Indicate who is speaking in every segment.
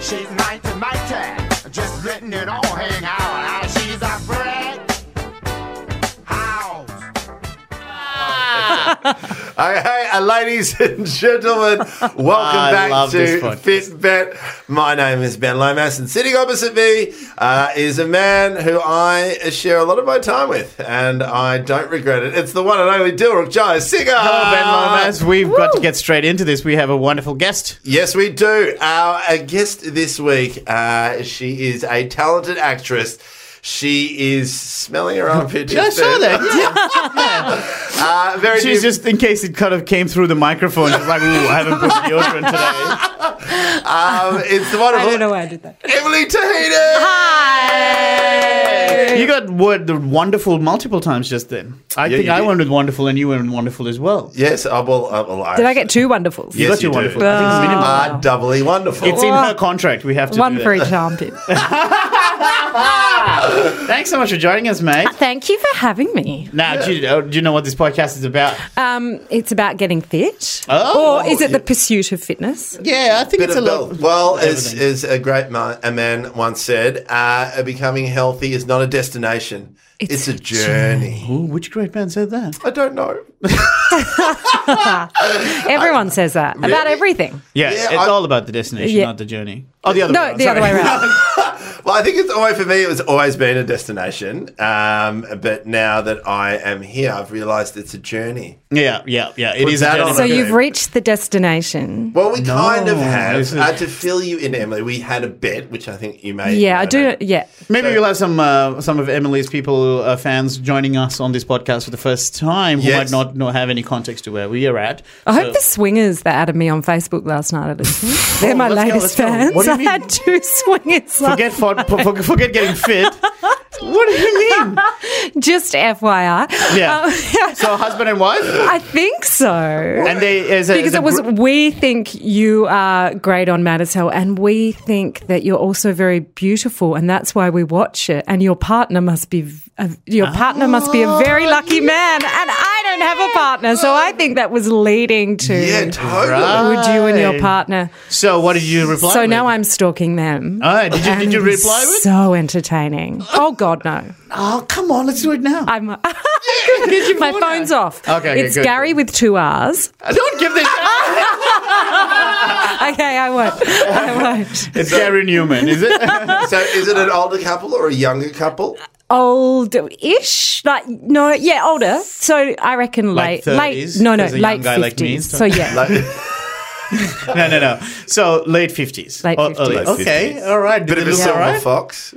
Speaker 1: She's mine to my tag. Just letting it all hang out. Ah, She's a brick house.
Speaker 2: All right, uh, ladies and gentlemen, welcome
Speaker 3: I
Speaker 2: back
Speaker 3: love
Speaker 2: to
Speaker 3: this podcast.
Speaker 2: Fitbet. My name is Ben Lomas, and sitting opposite me uh, is a man who I share a lot of my time with, and I don't regret it. It's the one and only Dilruk Jai Singer.
Speaker 3: Hello, Ben Lomas. We've got to get straight into this. We have a wonderful guest.
Speaker 2: Yes, we do. Our uh, guest this week, uh, she is a talented actress. She is smelling her own pictures.
Speaker 3: I saw
Speaker 2: Ben.
Speaker 3: that.
Speaker 2: Uh, very
Speaker 3: She's
Speaker 2: deep-
Speaker 3: just, in case it kind of came through the microphone, she's like, ooh, I haven't put deodorant today.
Speaker 2: um, it's the
Speaker 4: I don't know
Speaker 2: wonderful
Speaker 4: why I did that.
Speaker 2: Emily Tahiti.
Speaker 3: You got word the wonderful multiple times just then. I
Speaker 2: Yeah,
Speaker 3: think
Speaker 2: you
Speaker 3: I
Speaker 2: did.
Speaker 3: went with wonderful and you went with wonderful as well.
Speaker 2: Yes, I will. I will
Speaker 4: Did I get two wonderfuls?
Speaker 2: Yes,
Speaker 3: got
Speaker 2: you
Speaker 3: your
Speaker 2: do.
Speaker 3: wonderful. I think it's
Speaker 2: You
Speaker 3: minimum.
Speaker 2: are doubly wonderful.
Speaker 3: It's in
Speaker 4: Wow.
Speaker 3: her contract. We have to
Speaker 4: One
Speaker 3: do
Speaker 4: for
Speaker 3: that.
Speaker 4: each armpit.
Speaker 3: Thanks so much for joining us, mate.
Speaker 4: Thank you for having me.
Speaker 3: Now, do, you, uh, do you know what this podcast is about?
Speaker 4: Um, it's about getting fit.
Speaker 3: Oh.
Speaker 4: or is it the pursuit of fitness?
Speaker 3: Yeah, I think
Speaker 2: Bit
Speaker 3: it's a
Speaker 2: of
Speaker 3: little.
Speaker 2: both. Well, as, as a great ma- a man once said, uh, becoming healthy is not a destination; it's, a, journey.
Speaker 3: Ooh, which great man said that?
Speaker 2: I don't know.
Speaker 4: Everyone says that about everything.
Speaker 3: Yeah,
Speaker 2: Yeah,
Speaker 3: it's
Speaker 2: I-
Speaker 3: all about the destination,
Speaker 4: Yeah.
Speaker 3: not the journey. Oh, the other way
Speaker 4: No,
Speaker 3: around,
Speaker 4: the other
Speaker 3: sorry.
Speaker 4: way around.
Speaker 2: Well, I think it's always for me. It was always been a destination, um, but now that I am here, I've realised it's a journey.
Speaker 3: yeah, yeah, yeah. It
Speaker 2: Put
Speaker 3: is a
Speaker 2: that on
Speaker 3: journey.
Speaker 4: so
Speaker 2: Okay.
Speaker 4: you've reached the destination.
Speaker 2: Well, we kind of
Speaker 3: this
Speaker 2: have
Speaker 3: is-
Speaker 2: uh, to fill you in, Emily. We had a bet, which I think you made.
Speaker 4: Yeah, I
Speaker 2: uh,
Speaker 4: do. Yeah.
Speaker 3: Maybe we'll have some uh, some of Emily's people uh, fans joining us on this podcast for the first time who
Speaker 2: Yes.
Speaker 3: might not, not have any context to where we are at.
Speaker 4: I
Speaker 3: So-
Speaker 4: hope the swingers that added me on Facebook last night are listening. They're my
Speaker 3: let's go,
Speaker 4: latest
Speaker 3: let's go.
Speaker 4: fans.
Speaker 3: What do you
Speaker 4: I had two swingers. last-
Speaker 3: forget for, for, forget getting fit. What do you mean?
Speaker 4: Just FYI.
Speaker 3: Yeah.
Speaker 4: Um,
Speaker 3: So husband and wife,
Speaker 4: I think so.
Speaker 3: and they as a, as
Speaker 4: Because
Speaker 3: a
Speaker 4: it was,
Speaker 3: gr-
Speaker 4: we think you are great on Matters Hell, and we think that you're also very beautiful, and that's why we watch it. And your partner must be, v- a, your partner must be a
Speaker 3: Oh,
Speaker 4: very lucky man, and I don't have a partner, so I think that was leading to
Speaker 2: Yeah, totally.
Speaker 4: would you and your
Speaker 3: Right.
Speaker 4: partner.
Speaker 3: So what did you reply?
Speaker 4: so
Speaker 3: with?
Speaker 4: now I'm stalking them.
Speaker 3: All right, Uh, did you did you
Speaker 4: And
Speaker 3: reply with?
Speaker 4: So entertaining. Oh God, no!
Speaker 3: oh come on, let's do it now.
Speaker 4: I'm
Speaker 3: Get your
Speaker 4: my
Speaker 3: phone out.
Speaker 4: phone's off.
Speaker 3: Okay, okay,
Speaker 4: it's
Speaker 3: good,
Speaker 4: Gary
Speaker 3: good.
Speaker 4: with two R's.
Speaker 3: Don't give this.
Speaker 4: Okay, I won't. I won't.
Speaker 3: it's Gary Newman, is it?
Speaker 2: So, is it an older couple or a younger couple?
Speaker 4: old-ish, like no, yeah, older. So I reckon
Speaker 3: Like
Speaker 4: late,
Speaker 3: 30s,
Speaker 4: late, no, no,
Speaker 3: 'cause a young
Speaker 4: late
Speaker 3: guy like me
Speaker 4: fifties.
Speaker 3: is
Speaker 4: so yeah,
Speaker 3: no, no, no. So late fifties. Oh,
Speaker 4: Late 50s.
Speaker 3: okay,
Speaker 2: 50s.
Speaker 3: all right.
Speaker 2: Bit
Speaker 3: Did
Speaker 2: of
Speaker 3: they
Speaker 2: a
Speaker 3: look
Speaker 2: silver
Speaker 3: all right?
Speaker 2: fox.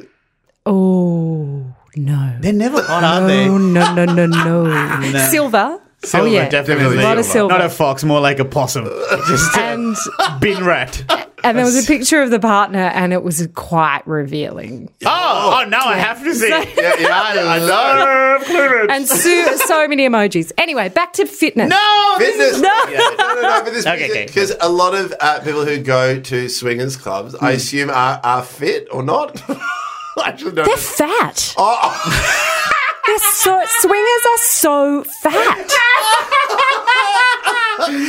Speaker 4: oh no,
Speaker 3: They're never on, are they?
Speaker 4: oh no, no, no, no, silver.
Speaker 3: Silver,
Speaker 4: oh yeah,
Speaker 3: definitely.
Speaker 4: a lot of silver.
Speaker 3: Not a fox, more like a possum. Just a
Speaker 4: and
Speaker 3: bin rat. Oh,
Speaker 4: and there was a picture of the partner, and it was quite revealing.
Speaker 3: oh, now I have to see.
Speaker 2: Yeah, yeah, I know.
Speaker 3: Love clearance.
Speaker 4: And so, so many emojis. Anyway, back to fitness.
Speaker 3: No, this
Speaker 2: Business.
Speaker 3: is-
Speaker 2: No, no, no, but this
Speaker 3: Okay, okay.
Speaker 2: because a lot of uh, people who go to swingers clubs, I assume, are, are fit or not. Hmm. I actually don't.
Speaker 4: They're
Speaker 2: know.
Speaker 4: fat.
Speaker 2: Oh,
Speaker 4: They're so swingers are so fat.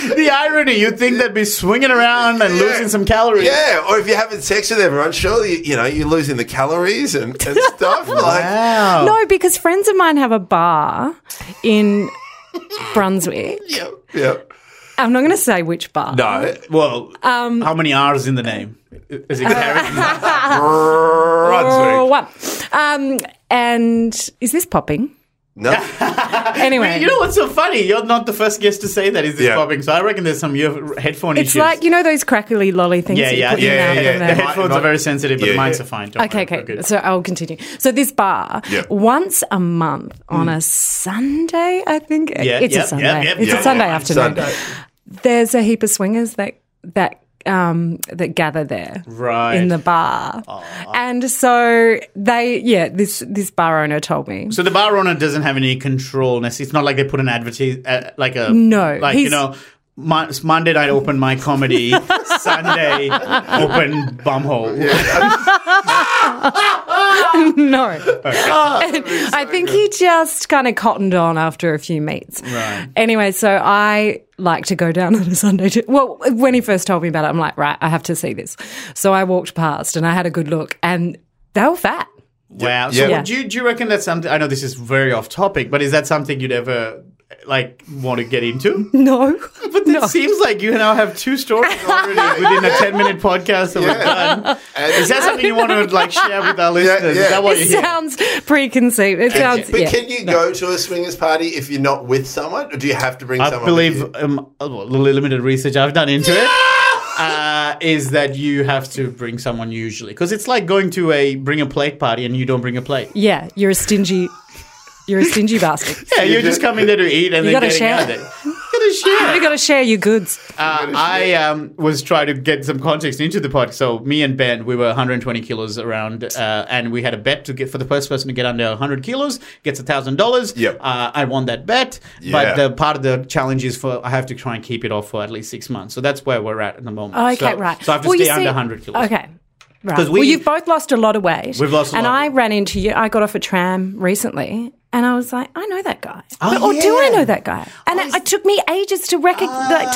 Speaker 3: the irony. You'd think they'd be swinging around and
Speaker 2: Yeah.
Speaker 3: losing some calories.
Speaker 2: yeah, or if you're having sex with everyone, surely you know you're losing the calories and, and stuff. Like,
Speaker 3: Wow.
Speaker 4: No, because friends of mine have a bar in Brunswick.
Speaker 2: yeah, yeah.
Speaker 4: I'm not going to say which bar.
Speaker 2: No,
Speaker 3: Well,
Speaker 4: Um,
Speaker 3: how many R's in the name? Is it Gary?
Speaker 4: Or
Speaker 2: Brunswick.
Speaker 4: what? Um, and is this popping?
Speaker 2: No,
Speaker 4: Anyway,
Speaker 3: You know what's so funny? You're not the first guest to say that is this
Speaker 2: Yeah.
Speaker 3: popping. So I reckon there's some ear- headphone
Speaker 4: it's
Speaker 3: issues.
Speaker 4: like you know those crackly lolly things.
Speaker 3: Yeah,
Speaker 4: that you
Speaker 3: yeah,
Speaker 4: put in
Speaker 3: yeah,
Speaker 4: and
Speaker 2: yeah,
Speaker 4: out
Speaker 2: yeah.
Speaker 4: and
Speaker 3: The
Speaker 4: out.
Speaker 3: headphones
Speaker 2: my-
Speaker 3: are very sensitive, but
Speaker 2: Yeah,
Speaker 3: mine's
Speaker 2: yeah.
Speaker 3: are fine. Don't
Speaker 4: Okay,
Speaker 3: worry.
Speaker 4: okay.
Speaker 3: We're good.
Speaker 4: So I'll continue. So this bar,
Speaker 2: Yeah.
Speaker 4: once a month on a Sunday, I think
Speaker 3: Mm. Yeah, yep,
Speaker 4: it's a
Speaker 3: yep,
Speaker 4: Sunday.
Speaker 3: yep,
Speaker 4: it's
Speaker 3: yep,
Speaker 4: a Sunday
Speaker 3: yep.
Speaker 4: afternoon.
Speaker 2: Sunday.
Speaker 4: There's a heap of swingers that that um, that gather there.
Speaker 3: right.
Speaker 4: in the bar. And so they, yeah, this this bar owner told me.
Speaker 3: so the bar owner doesn't have any control. ness- It's not like they put an advertise, uh, like a
Speaker 4: No,
Speaker 3: like you
Speaker 4: he's-
Speaker 3: know. Mon- Monday night open my comedy. Sunday open bumhole.
Speaker 4: no.
Speaker 2: Ah,
Speaker 4: I think he just kind of cottoned on after a few meets.
Speaker 3: Right.
Speaker 4: Anyway, so I like to go down on a Sunday. To, well, when he first told me about it, I'm like, right, I have to see this. So I walked past and I had a good look, and they were fat.
Speaker 3: Wow.
Speaker 2: Yeah.
Speaker 3: So
Speaker 2: Yeah.
Speaker 3: do, you, do you reckon that's something? I know this is very off topic, but is that something you'd ever like want to get into?
Speaker 4: No.
Speaker 3: But it seems like you now have two stories already within a ten-minute podcast that we've done. Is that something you want to like share with our listeners?
Speaker 2: yeah.
Speaker 3: Is that what
Speaker 4: It
Speaker 3: you're here?
Speaker 4: sounds preconceived. It sounds.
Speaker 2: But
Speaker 4: yeah.
Speaker 2: can you go to a swingers party if you're not with someone, or do you have to bring
Speaker 3: I
Speaker 2: someone?
Speaker 3: believe
Speaker 2: with you?
Speaker 3: um, the limited research I've done into it uh, is that you have to bring someone usually because it's like going to a bring a plate party and you don't bring a plate.
Speaker 4: yeah, you're a stingy. You're a stingy bastard.
Speaker 3: Yeah, you're just coming there to eat and
Speaker 4: You
Speaker 3: then
Speaker 4: gotta
Speaker 3: getting
Speaker 4: share.
Speaker 3: out of it. You gotta share.
Speaker 4: You got to share your goods.
Speaker 3: Uh, I um, was trying to get some context into the pod. So me and Ben, we were 120 kilos around, uh, and we had a bet to get for the first person to get under 100 kilos gets a thousand dollars.
Speaker 2: Yep.
Speaker 3: Uh, I won that bet,
Speaker 2: Yeah.
Speaker 3: but the part of the challenge is for I have to try and keep it off for at least six months. So that's where we're at at the moment.
Speaker 4: Oh, okay,
Speaker 3: so,
Speaker 4: right.
Speaker 3: So I have to
Speaker 4: Well, you
Speaker 3: stay under 100
Speaker 4: see-
Speaker 3: kilos.
Speaker 4: Okay. Right.
Speaker 3: 'Cause
Speaker 4: well,
Speaker 3: we-
Speaker 4: you've both lost a lot of weight.
Speaker 3: We've lost a
Speaker 4: And
Speaker 3: lot.
Speaker 4: I ran into you. I got off a tram recently and I was like, I know that guy.
Speaker 3: Oh,
Speaker 4: But- or do I
Speaker 3: yeah. Ah.
Speaker 4: know that guy? And it, it took me ages to recognize, like, to,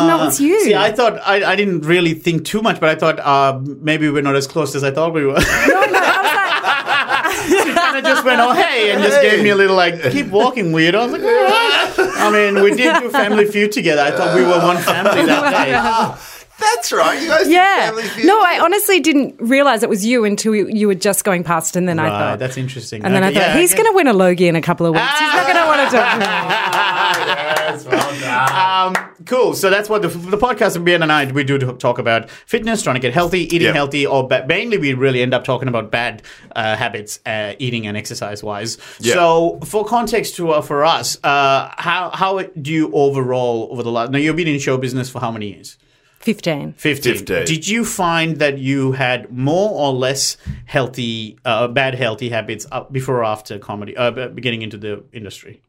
Speaker 4: to know it's you.
Speaker 3: See, I thought I, I didn't really think too much, but I thought uh, maybe we're not as close as I thought we were.
Speaker 4: No, no, I was like,
Speaker 3: and I just went, oh, hey, and just
Speaker 2: Hey.
Speaker 3: gave me a little, like, keep walking, weirdo. I was like, all right. I mean, we did do Family Feud together. I thought we were one family that day.
Speaker 2: that's right. You guys, did
Speaker 4: yeah.
Speaker 2: Family Feud.
Speaker 4: No, I honestly didn't realize it was you until you, you were just going past. And then I
Speaker 3: Right,
Speaker 4: thought,
Speaker 3: Uh, that's interesting.
Speaker 4: and then I
Speaker 3: Okay,
Speaker 4: thought,
Speaker 3: yeah,
Speaker 4: he's
Speaker 3: okay.
Speaker 4: going to win a Logie in a couple of weeks. He's not going to want to talk to me.
Speaker 3: Um, cool. So that's what the, the podcast and Ben and I we do talk about fitness, trying to get healthy, eating
Speaker 2: Yeah.
Speaker 3: healthy, or ba- mainly we really end up talking about bad uh, habits, uh, eating and exercise wise.
Speaker 2: Yeah.
Speaker 3: So for context to uh, for us, uh, how how do you overall over the last? Now you've been in show business for how many years?
Speaker 4: 15.
Speaker 3: 15.
Speaker 2: 15.
Speaker 3: Did you find that you had more or less healthy, uh, bad healthy habits up before or after comedy, uh, b- getting into the industry?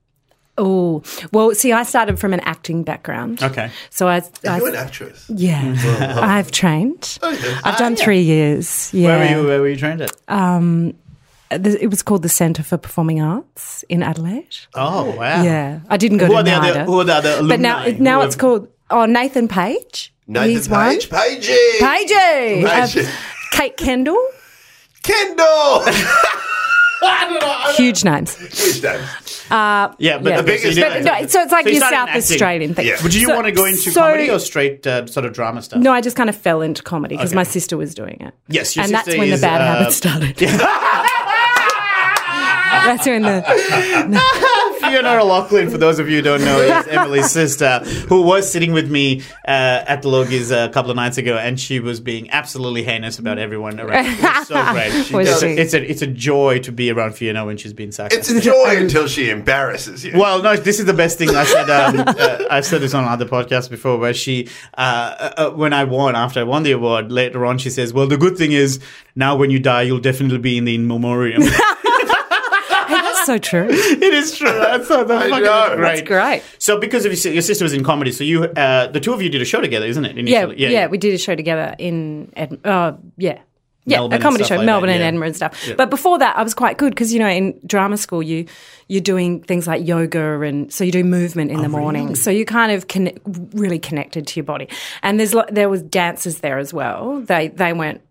Speaker 4: Oh, well, see, I started from an acting background.
Speaker 3: Okay.
Speaker 4: So I, I
Speaker 2: You're an actress.
Speaker 4: Yeah, I've trained.
Speaker 3: Oh,
Speaker 4: I've done
Speaker 3: Ah,
Speaker 4: three years. Yeah, Uh,
Speaker 3: Where were you? Where were you trained at?
Speaker 4: The- it was called the Centre for Performing Arts in Adelaide.
Speaker 3: oh wow.
Speaker 4: Yeah, I didn't go
Speaker 3: Who
Speaker 4: to
Speaker 3: are the
Speaker 4: NIDA.
Speaker 3: other? Who are the other alumni?
Speaker 4: but now, now
Speaker 3: who
Speaker 4: it's
Speaker 3: have-
Speaker 4: called oh Nathan Page.
Speaker 2: Nathan
Speaker 4: He's one.
Speaker 2: Page, Pagey,
Speaker 4: Pagey,
Speaker 2: Pagey.
Speaker 4: Uh, Kate Kendall,
Speaker 2: Kendall.
Speaker 4: huge names.
Speaker 2: Huge names.
Speaker 3: Yeah, but
Speaker 4: yeah.
Speaker 3: the
Speaker 4: The
Speaker 3: biggest.
Speaker 2: biggest-
Speaker 3: you
Speaker 4: But
Speaker 3: did-
Speaker 4: no, so it's like
Speaker 3: you
Speaker 4: your
Speaker 3: started
Speaker 4: South
Speaker 3: in acting.
Speaker 4: Australian thing.
Speaker 2: Yeah.
Speaker 3: Would you
Speaker 4: So-
Speaker 3: want to go into
Speaker 4: so-
Speaker 3: comedy or straight uh, sort of drama stuff?
Speaker 4: No, I just kind of fell into comedy because
Speaker 3: Okay.
Speaker 4: my sister was doing it.
Speaker 3: Yes, your
Speaker 4: and that's
Speaker 3: sister
Speaker 4: when
Speaker 3: is,
Speaker 4: the bad
Speaker 3: uh,
Speaker 4: habits started. that's when the
Speaker 3: Fiona O'Loughlin, for those of you who don't know, is Emily's sister, who was sitting with me uh, at the Logies a couple of nights ago, and she was being absolutely heinous about everyone around. It was so great.
Speaker 4: Was
Speaker 3: it's,
Speaker 4: she?
Speaker 3: a, it's, a, it's a joy to be around Fiona when she's being
Speaker 2: It's
Speaker 3: sarcastic.
Speaker 2: a joy
Speaker 4: Um,
Speaker 2: until she embarrasses you.
Speaker 3: well, no, this is the best thing I said. Um, uh, I've said this on other podcasts before, where she, uh, uh, uh, when I won, after I won the award, later on she says, "Well, the good thing is now when you die, you'll definitely be in the in memoriam."
Speaker 4: that's so true.
Speaker 3: it is true. That's, that's,
Speaker 2: I
Speaker 3: fucking
Speaker 2: know.
Speaker 3: great.
Speaker 4: That's great.
Speaker 3: So, because of your, si- your sister was in comedy, so you, uh, the two of you did a show together, isn't it?
Speaker 4: yeah,
Speaker 3: Initially?
Speaker 4: yeah, we did a show together in Ed, uh, yeah. Yeah,
Speaker 3: Melbourne
Speaker 4: a
Speaker 3: and
Speaker 4: comedy
Speaker 3: stuff
Speaker 4: show,
Speaker 3: like that,
Speaker 4: Melbourne and
Speaker 3: yeah.
Speaker 4: Edinburgh and stuff. But before that, I was quite good because you know in drama school you you're doing things like yoga and so you do movement in
Speaker 3: Oh,
Speaker 4: the morning, so you kind of connect, really connected to your body. And there's lo- there was dances there as well. They they went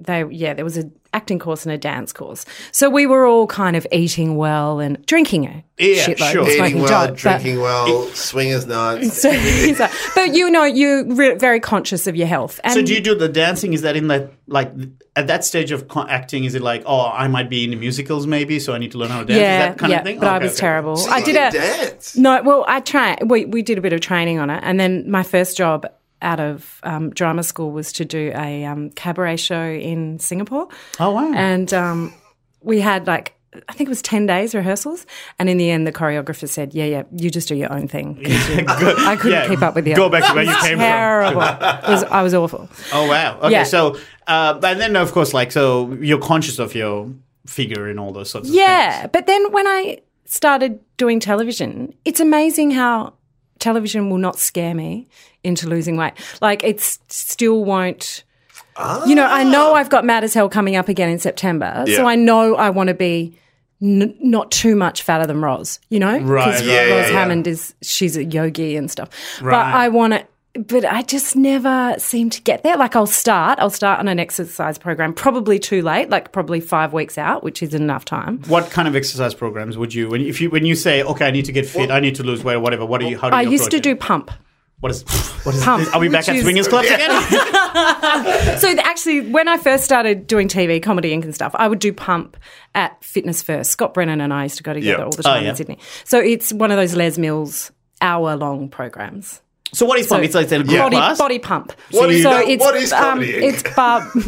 Speaker 4: they yeah there was a acting course and a dance course, so we were all kind of eating well and drinking a
Speaker 3: Yeah,
Speaker 4: shitload,
Speaker 3: sure.
Speaker 4: and smoking
Speaker 2: Eating well,
Speaker 4: dope, but-
Speaker 2: drinking well, swingers nights.
Speaker 4: so, so- but you know, you're re- very conscious of your health. And
Speaker 3: So, do you do the dancing? Is that in that like at that stage of co- acting? Is it like, oh, I might be into musicals, maybe, so I need to learn how to dance?
Speaker 4: yeah,
Speaker 3: is that kind
Speaker 4: yeah,
Speaker 3: of thing?
Speaker 4: but I
Speaker 3: Okay,
Speaker 4: was
Speaker 3: okay.
Speaker 4: terrible. I
Speaker 2: You
Speaker 4: did
Speaker 2: can
Speaker 4: a
Speaker 2: dance.
Speaker 4: no. Well, I try. We we did a bit of training on it, and then my first job out of um, drama school was to do a um, cabaret show in Singapore.
Speaker 3: Oh wow!
Speaker 4: And um, we had like, I think it was 10 days rehearsals. And in the end, the choreographer said, Yeah, yeah, you just do your own thing. 'cause you- I couldn't
Speaker 3: Yeah,
Speaker 4: keep up with the
Speaker 3: Go
Speaker 4: others."
Speaker 3: back to where you came from.
Speaker 4: Terrible. It was, I was awful.
Speaker 3: Oh wow. Okay,
Speaker 4: Yeah.
Speaker 3: so uh, and then of course, like, so you're conscious of your figure and all those sorts of
Speaker 4: Yeah,
Speaker 3: things.
Speaker 4: but then when I started doing television, it's amazing how television will not scare me into losing weight. Like it s- still won't. you know, I know I've got Mad as Hell coming up again in September,
Speaker 2: Yeah.
Speaker 4: so I know I want to be n- not too much fatter than Roz. You know,
Speaker 3: Right,
Speaker 4: Because
Speaker 3: right,
Speaker 2: yeah,
Speaker 4: Roz
Speaker 2: yeah.
Speaker 4: Hammond is she's a yogi and stuff.
Speaker 3: Right.
Speaker 4: But I want to. But I just never seem to get there. Like I'll start, I'll start on an exercise program, probably too late, like probably five weeks out, which is enough time.
Speaker 3: What kind of exercise programs would you when if you when you say okay I need to get fit I need to lose weight or whatever what do you how do you
Speaker 4: I used to
Speaker 3: approach it?
Speaker 4: do pump.
Speaker 3: what is what is
Speaker 4: Pump,
Speaker 3: are we back
Speaker 4: which
Speaker 3: at
Speaker 4: is-
Speaker 3: swingers clubs again
Speaker 4: So th- actually, when I first started doing TV comedy and stuff, I would do pump at Fitness First. Scott Brennan and I used to go together
Speaker 2: Yeah.
Speaker 4: all the time
Speaker 3: yeah.
Speaker 4: in Sydney. So it's one of those Les Mills hour long programs.
Speaker 3: so what is pump it's like a group
Speaker 4: Body,
Speaker 3: class
Speaker 4: body pump.
Speaker 2: What is
Speaker 4: so
Speaker 2: that-
Speaker 4: it's, um,
Speaker 2: what is comedy?
Speaker 4: it's bar-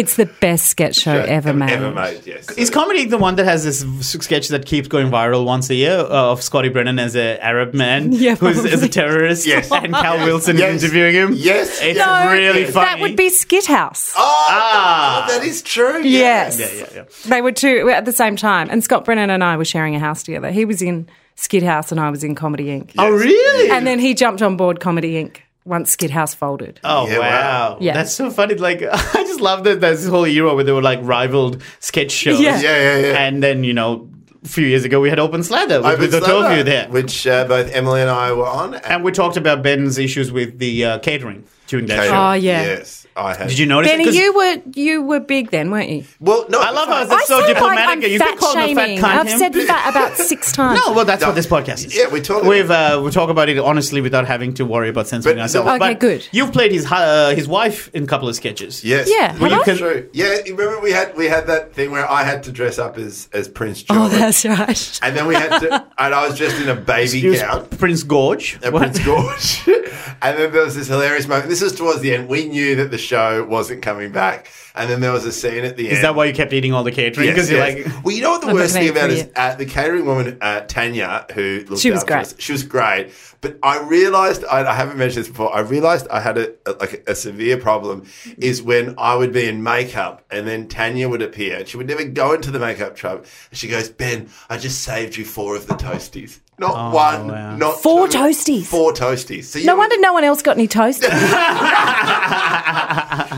Speaker 4: It's the best sketch show ever made.
Speaker 2: Ever made, yes.
Speaker 3: Is comedy the one that has this v- sketch that keeps going viral once a year uh, of Scotty Brennan as an Arab man
Speaker 4: Yeah,
Speaker 3: who's is a
Speaker 4: probably.
Speaker 3: terrorist
Speaker 2: Yes.
Speaker 3: and Cal Wilson
Speaker 2: Yes.
Speaker 3: is interviewing him?
Speaker 2: Yes.
Speaker 3: It's
Speaker 4: No,
Speaker 3: really funny.
Speaker 4: That would be Skit House.
Speaker 2: Oh,
Speaker 3: Ah.
Speaker 2: that is true.
Speaker 4: Yes.
Speaker 3: Yeah, yeah, yeah.
Speaker 4: They were two at the same time. And Scott Brennan and I were sharing a house together. He was in Skid House and I was in Comedy Inc.
Speaker 3: Oh, really?
Speaker 4: And then he jumped on board Comedy Inc. once Skid House folded.
Speaker 3: Oh
Speaker 2: Yeah,
Speaker 3: wow.
Speaker 2: wow.
Speaker 4: Yeah.
Speaker 3: that's so funny. Like I just love that there's this whole era where there were like rivaled sketch shows.
Speaker 4: Yeah.
Speaker 2: Yeah, yeah, yeah.
Speaker 3: And then you know, a few years ago we had Open Slather with,
Speaker 2: Open
Speaker 3: with the two of
Speaker 2: Slather,
Speaker 3: you there,
Speaker 2: Which uh, both Emily and I were on. And
Speaker 3: and we talked about Ben's issues with the uh, catering during that show.
Speaker 4: Oh, yeah.
Speaker 2: Yes, I had.
Speaker 3: Did you notice? it?
Speaker 4: Oh, Benny,
Speaker 3: 'Cause-
Speaker 4: you were you were big then, weren't you?
Speaker 2: Well, no.
Speaker 3: I love how
Speaker 4: I
Speaker 3: it's so
Speaker 4: sound like
Speaker 3: diplomatic.
Speaker 4: I'm
Speaker 3: You've been
Speaker 4: fat
Speaker 3: called a fat
Speaker 4: shaming.
Speaker 3: cunt.
Speaker 4: I've
Speaker 3: Em.
Speaker 4: said fat about six times.
Speaker 3: No, well, that's
Speaker 2: No.
Speaker 3: what this podcast is.
Speaker 2: Yeah, we talk about
Speaker 3: We've uh, we talk about it honestly without having to worry about censoring
Speaker 2: But-
Speaker 3: ourselves.
Speaker 4: Okay,
Speaker 3: But
Speaker 4: good.
Speaker 3: You've played his hu- uh, his wife in a couple of sketches.
Speaker 2: Yes.
Speaker 4: Yeah,
Speaker 3: have
Speaker 4: Well,
Speaker 3: you I? can-
Speaker 2: true. Yeah, you remember we had we had that thing where I had to dress up as as Prince
Speaker 4: Oh,
Speaker 2: George,
Speaker 4: that's right.
Speaker 2: and then we had to, and I was dressed in a baby
Speaker 3: He was
Speaker 2: gown.
Speaker 3: Prince Gorge.
Speaker 2: at
Speaker 3: What?
Speaker 2: Uh, Prince Gorge. and then there was this hilarious moment. This was towards the end. We knew that the show wasn't coming back. And then there was a scene at the end.
Speaker 3: Is that why you kept eating all the catering? Because you're like,
Speaker 2: well, you know what the
Speaker 4: I'm not
Speaker 2: worst
Speaker 4: gonna
Speaker 2: thing
Speaker 4: eat
Speaker 2: about
Speaker 4: for
Speaker 2: is
Speaker 4: you.
Speaker 2: uh, the catering woman uh, Tanya, who looked
Speaker 4: She was
Speaker 2: after us,
Speaker 4: great.
Speaker 2: She was great, but I realised I, I haven't mentioned this before. I realised I had a, a like a severe problem is when I would be in makeup and then Tanya would appear. and She would never go into the makeup tub. And she goes, "Ben, I just saved you four of the toasties." Not one,
Speaker 3: wow.
Speaker 2: not
Speaker 4: Oh, Four
Speaker 2: two,
Speaker 4: toasties?
Speaker 2: Four toasties. So you
Speaker 4: No
Speaker 2: would-
Speaker 4: wonder no one else got any toast.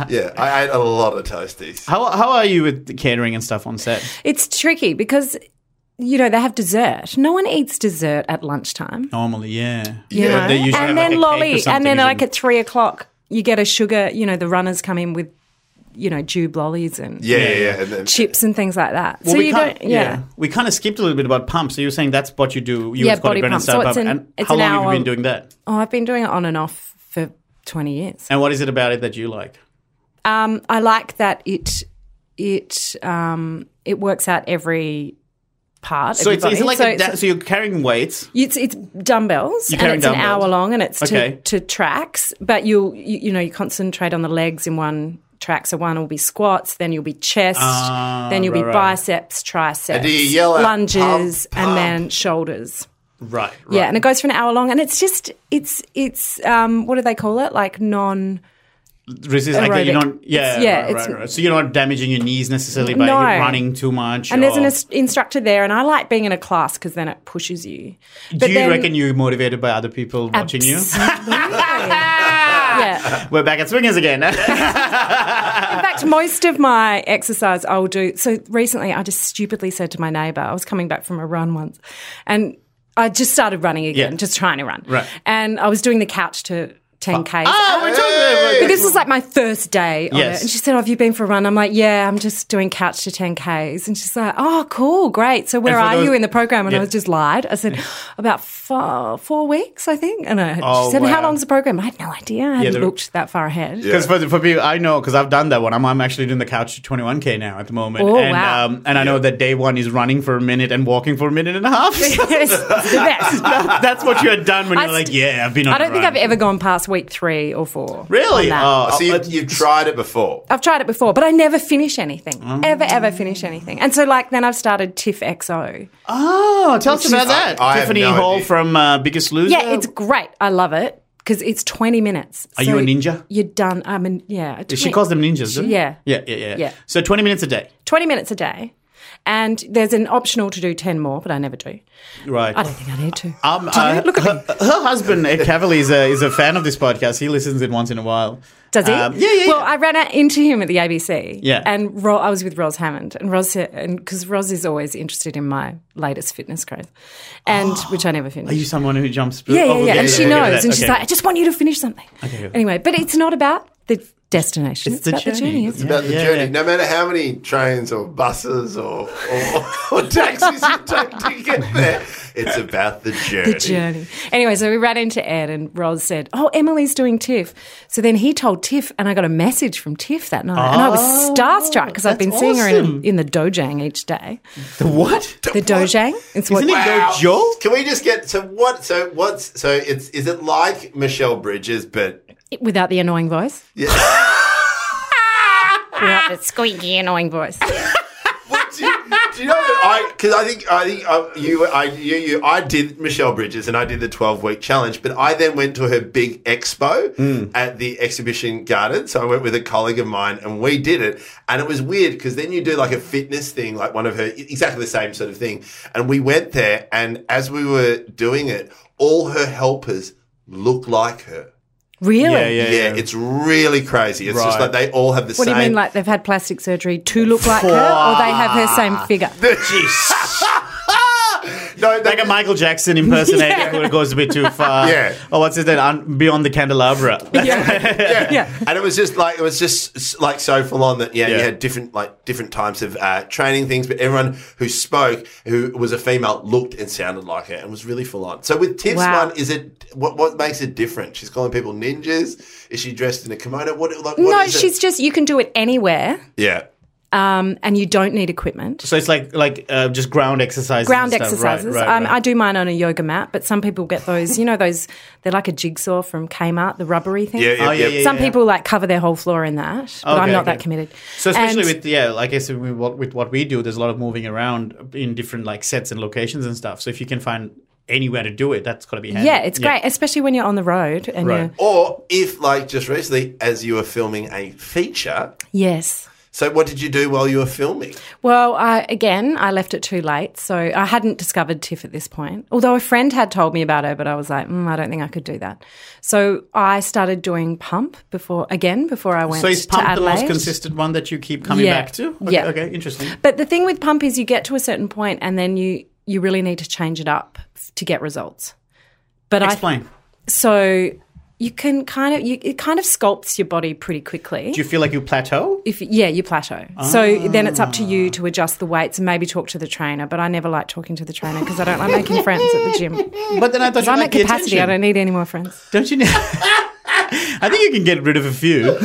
Speaker 2: Yeah, I ate a lot of toasties.
Speaker 3: how, how are you with the catering and stuff on set?
Speaker 4: it's tricky because you know they have dessert. No one eats dessert at lunchtime.
Speaker 3: Normally, yeah.
Speaker 4: you
Speaker 2: Yeah.
Speaker 4: know?
Speaker 3: They usually have, like,
Speaker 4: and then
Speaker 3: a cake or
Speaker 4: lolly,
Speaker 3: something,
Speaker 4: and then
Speaker 3: isn't
Speaker 4: like
Speaker 3: it?
Speaker 4: at three o'clock, you get a sugar. You know, the runners come in with, you know, jube lollies and
Speaker 2: Yeah, yeah, yeah. And then,
Speaker 4: chips and things like that.
Speaker 3: Well,
Speaker 4: so
Speaker 3: we
Speaker 4: you
Speaker 3: kind-
Speaker 4: don't, yeah.
Speaker 3: We kind of skipped a little bit about pump. So you were saying that's what you do. You
Speaker 4: Yeah,
Speaker 3: and Scotty
Speaker 4: body
Speaker 3: Brennan
Speaker 4: pump.
Speaker 3: start
Speaker 4: So it's
Speaker 3: pump.
Speaker 4: an-
Speaker 3: and
Speaker 4: it's
Speaker 3: how
Speaker 4: an
Speaker 3: long have
Speaker 4: hour-
Speaker 3: you been doing that?
Speaker 4: Oh, I've been doing it on and off for twenty years.
Speaker 3: And what is it about it that you like?
Speaker 4: Um, I like that it it um, it works out every part.
Speaker 3: So
Speaker 4: of
Speaker 3: it's,
Speaker 4: your
Speaker 3: is it
Speaker 4: body.
Speaker 3: like
Speaker 4: so
Speaker 3: a
Speaker 4: it's-
Speaker 3: da- so you're carrying weights.
Speaker 4: It's it's dumbbells
Speaker 3: You're
Speaker 4: and
Speaker 3: carrying
Speaker 4: it's an
Speaker 3: dumbbells.
Speaker 4: hour long and it's
Speaker 3: Okay.
Speaker 4: to, to tracks, but you'll you, you know you concentrate on the legs in one track. So one will be squats, then you'll be chest,
Speaker 3: Ah,
Speaker 4: then you'll be
Speaker 3: right, right.
Speaker 4: biceps, triceps,
Speaker 2: do you yell out,
Speaker 4: lunges,
Speaker 2: "Pump, pump"?
Speaker 4: and then shoulders.
Speaker 3: Right. right.
Speaker 4: Yeah, and it goes for an hour long, and it's just it's it's um what do they call it like non
Speaker 3: resist. I get you're
Speaker 4: Aerobic.
Speaker 3: not. Yeah,
Speaker 4: It's- yeah,
Speaker 3: right,
Speaker 4: it's-
Speaker 3: right, right. So you're not damaging your knees necessarily by
Speaker 4: No.
Speaker 3: running too much.
Speaker 4: and there's an
Speaker 3: or-
Speaker 4: ins- instructor there, and I like being in a class because then it pushes you. But
Speaker 3: Do you
Speaker 4: then-
Speaker 3: reckon you're motivated by other people watching you?
Speaker 4: Absolutely. yeah.
Speaker 3: We're back at swingers again.
Speaker 4: In fact, most of my exercise I'll do. So recently, I just stupidly said to my neighbour, I was coming back from a run once, and I just started running again,
Speaker 3: Yeah.
Speaker 4: just trying to run.
Speaker 3: Right.
Speaker 4: And I was doing the couch to 10K.
Speaker 3: oh, we're talking about
Speaker 4: This was like my first day on
Speaker 3: Yes.
Speaker 4: it. And she said, Oh, have you been for a run? I'm like, Yeah, I'm just doing couch to 10Ks. And she's like, Oh, cool, great. So where
Speaker 3: And for
Speaker 4: are
Speaker 3: those-
Speaker 4: you in the program? And
Speaker 3: Yeah.
Speaker 4: I was just lied. I said, About four, four weeks, I think. And I,
Speaker 3: Oh,
Speaker 4: she said,
Speaker 3: wow.
Speaker 4: How long's the program? I had no idea. I hadn't
Speaker 3: the-
Speaker 4: looked that far ahead.
Speaker 3: Because for, for people I know, because I've done that one, I'm, I'm actually doing the couch to 21k now at the moment,
Speaker 4: Oh,
Speaker 3: and
Speaker 4: wow.
Speaker 3: um, and I know that day one is running for a minute and walking for a minute and a half.
Speaker 4: It's the best.
Speaker 3: That's what you had done when
Speaker 4: I
Speaker 3: you're like,
Speaker 4: st-
Speaker 3: yeah, I've been on.
Speaker 4: I
Speaker 3: a
Speaker 4: don't think
Speaker 3: run.
Speaker 4: I've ever gone past week three or four.
Speaker 3: really.
Speaker 4: on that.
Speaker 3: Oh,
Speaker 2: so
Speaker 3: uh,
Speaker 2: you've, you've tried it before.
Speaker 4: I've tried it before, but I never finish anything.
Speaker 3: Mm.
Speaker 4: Ever, ever finish anything. And so, like, then I've started TIFF XO.
Speaker 3: oh, tell us about that,
Speaker 2: I- I have
Speaker 3: Tiffany
Speaker 2: no
Speaker 3: Hall
Speaker 2: idea.
Speaker 3: from uh, Biggest Loser.
Speaker 4: Yeah, it's great. I love it because it's 20 minutes.
Speaker 3: Are you a ninja?
Speaker 4: You're done. I mean, yeah.
Speaker 3: She calls them ninjas, doesn't
Speaker 4: Yeah.
Speaker 3: Yeah, yeah, yeah.
Speaker 4: Yeah.
Speaker 3: So 20 minutes a day.
Speaker 4: 20 minutes a day. And there's an optional to do 10 more, but I never do.
Speaker 3: Right.
Speaker 4: I don't think I need to.
Speaker 3: Um, uh, her, her husband, Ed Cavalier, is a, is a fan of this podcast. He listens in once in a while.
Speaker 4: Does he?
Speaker 3: Um, yeah, yeah,
Speaker 4: Well,
Speaker 3: yeah.
Speaker 4: I ran out into him at the ABC.
Speaker 3: Yeah.
Speaker 4: And Ro- I was with Roz Hammond, and Roz said, and because Roz is always interested in my latest fitness craze, and which I never finished.
Speaker 3: Are you someone who jumps?
Speaker 4: yeah, yeah,
Speaker 3: Oh, we'll
Speaker 4: yeah.
Speaker 3: get
Speaker 4: And
Speaker 3: to
Speaker 4: she
Speaker 3: that, we'll get to
Speaker 4: knows,
Speaker 3: that.
Speaker 4: and she's
Speaker 3: Okay.
Speaker 4: like, I just want you to finish something. Okay.
Speaker 3: good.
Speaker 4: Anyway, but it's not about the destination; it's, about the journey. isn't
Speaker 2: About the
Speaker 3: Yeah,
Speaker 2: journey,
Speaker 3: yeah.
Speaker 2: no matter how many trains or buses or, or, or taxis you take to get there, it's about the journey.
Speaker 4: the journey. Anyway, so we ran into Ed and Roz said, Oh, Emily's doing TIFF. So then he told TIFF, and I got a message from TIFF that night. and I was
Speaker 3: Oh,
Speaker 4: starstruck because I've
Speaker 3: that's
Speaker 4: been seeing her in,
Speaker 3: awesome.
Speaker 4: in the dojang each day.
Speaker 3: The what?
Speaker 4: The dojang? It's what
Speaker 3: Isn't it
Speaker 2: Wow.
Speaker 3: Joel?
Speaker 2: Can we just get so what? So what's so it's is it like Michelle Bridges, but
Speaker 4: without the annoying voice? Yeah. without the squeaky, annoying voice.
Speaker 2: do you, do you know that I? Because I think I think uh, you I you, you I did Michelle Bridges and I did the twelve week challenge, but I then went to her big expo
Speaker 4: Hmm.
Speaker 2: at the exhibition garden. So I went with a colleague of mine and we did it, and it was weird because then you do like a fitness thing, like one of her exactly the same sort of thing, and we went there, and as we were doing it, all her helpers look like her.
Speaker 4: Really?
Speaker 3: Yeah, yeah,
Speaker 2: Yeah, it's really crazy. It's just
Speaker 3: Right.
Speaker 2: like they all have the
Speaker 4: What do
Speaker 2: same.
Speaker 4: you mean, like they've had plastic surgery to look like her, or they have her same figure?
Speaker 3: Jeez.
Speaker 2: no, they,
Speaker 3: Like a Michael Jackson impersonator who goes a bit too far.
Speaker 2: Yeah.
Speaker 3: Or what's his name? Un- Beyond the Candelabra.
Speaker 2: yeah.
Speaker 4: Yeah.
Speaker 2: And it was just like it was just s- like so full on that yeah,
Speaker 3: Yeah.
Speaker 2: you had different like different types of uh, training things, but everyone who spoke who was a female looked and sounded like her and was really full on. So with Tiff's
Speaker 4: Wow.
Speaker 2: one, is it what what makes it different? She's calling people ninjas. Is she dressed in a kimono? What like what
Speaker 4: No,
Speaker 2: is it?
Speaker 4: she's just, you can do it anywhere
Speaker 2: yeah.
Speaker 4: um, and you don't need equipment.
Speaker 3: So it's like like uh, just ground exercises.
Speaker 4: ground
Speaker 3: and stuff.
Speaker 4: exercises.
Speaker 3: Right, right,
Speaker 4: um,
Speaker 3: right.
Speaker 4: I do mine on a yoga mat, but some people get those, you know, those, they're like a jigsaw from Kmart, the rubbery thing.
Speaker 2: Yeah, yeah,
Speaker 3: Oh, yeah, yeah,
Speaker 4: Some
Speaker 3: yeah.
Speaker 4: people like cover their whole floor in that, but
Speaker 3: Okay,
Speaker 4: I'm not
Speaker 3: okay.
Speaker 4: that committed.
Speaker 3: So especially
Speaker 4: And-
Speaker 3: with yeah, like I said, with what, with what we do, there's a lot of moving around in different like sets and locations and stuff. So if you can find anywhere to do it, that's got to be handy.
Speaker 4: yeah, it's great, especially when you're on the road and
Speaker 3: Right.
Speaker 4: you're,
Speaker 2: Or if like just recently, as you were filming a feature,
Speaker 4: yes.
Speaker 2: so what did you do while you were filming?
Speaker 4: Well, I, again, I left it too late, so I hadn't discovered Tiff at this point. Although a friend had told me about her, but I was like, mm, I don't think I could do that. So I started doing pump before again before I went
Speaker 3: So is
Speaker 4: to
Speaker 3: pump the
Speaker 4: Adelaide.
Speaker 3: most consistent one that you keep coming
Speaker 4: Yeah.
Speaker 3: back to? Okay,
Speaker 4: Yeah.
Speaker 3: Okay. Interesting.
Speaker 4: But the thing with pump is you get to a certain point and then you you really need to change it up f- to get results. But I
Speaker 3: Explain.
Speaker 4: so you can kind of you it kind of sculpts your body pretty quickly.
Speaker 3: do you feel like you plateau?
Speaker 4: if yeah, you plateau. So then it's up to you
Speaker 3: Ah.
Speaker 4: to adjust the weights and maybe talk to the trainer. But I never like talking to the trainer because I don't like making friends at the gym. 'Cause
Speaker 3: But then I thought you
Speaker 4: I'm
Speaker 3: like
Speaker 4: at capacity. I don't need any more friends.
Speaker 3: Don't you know? I think you can get rid of a few.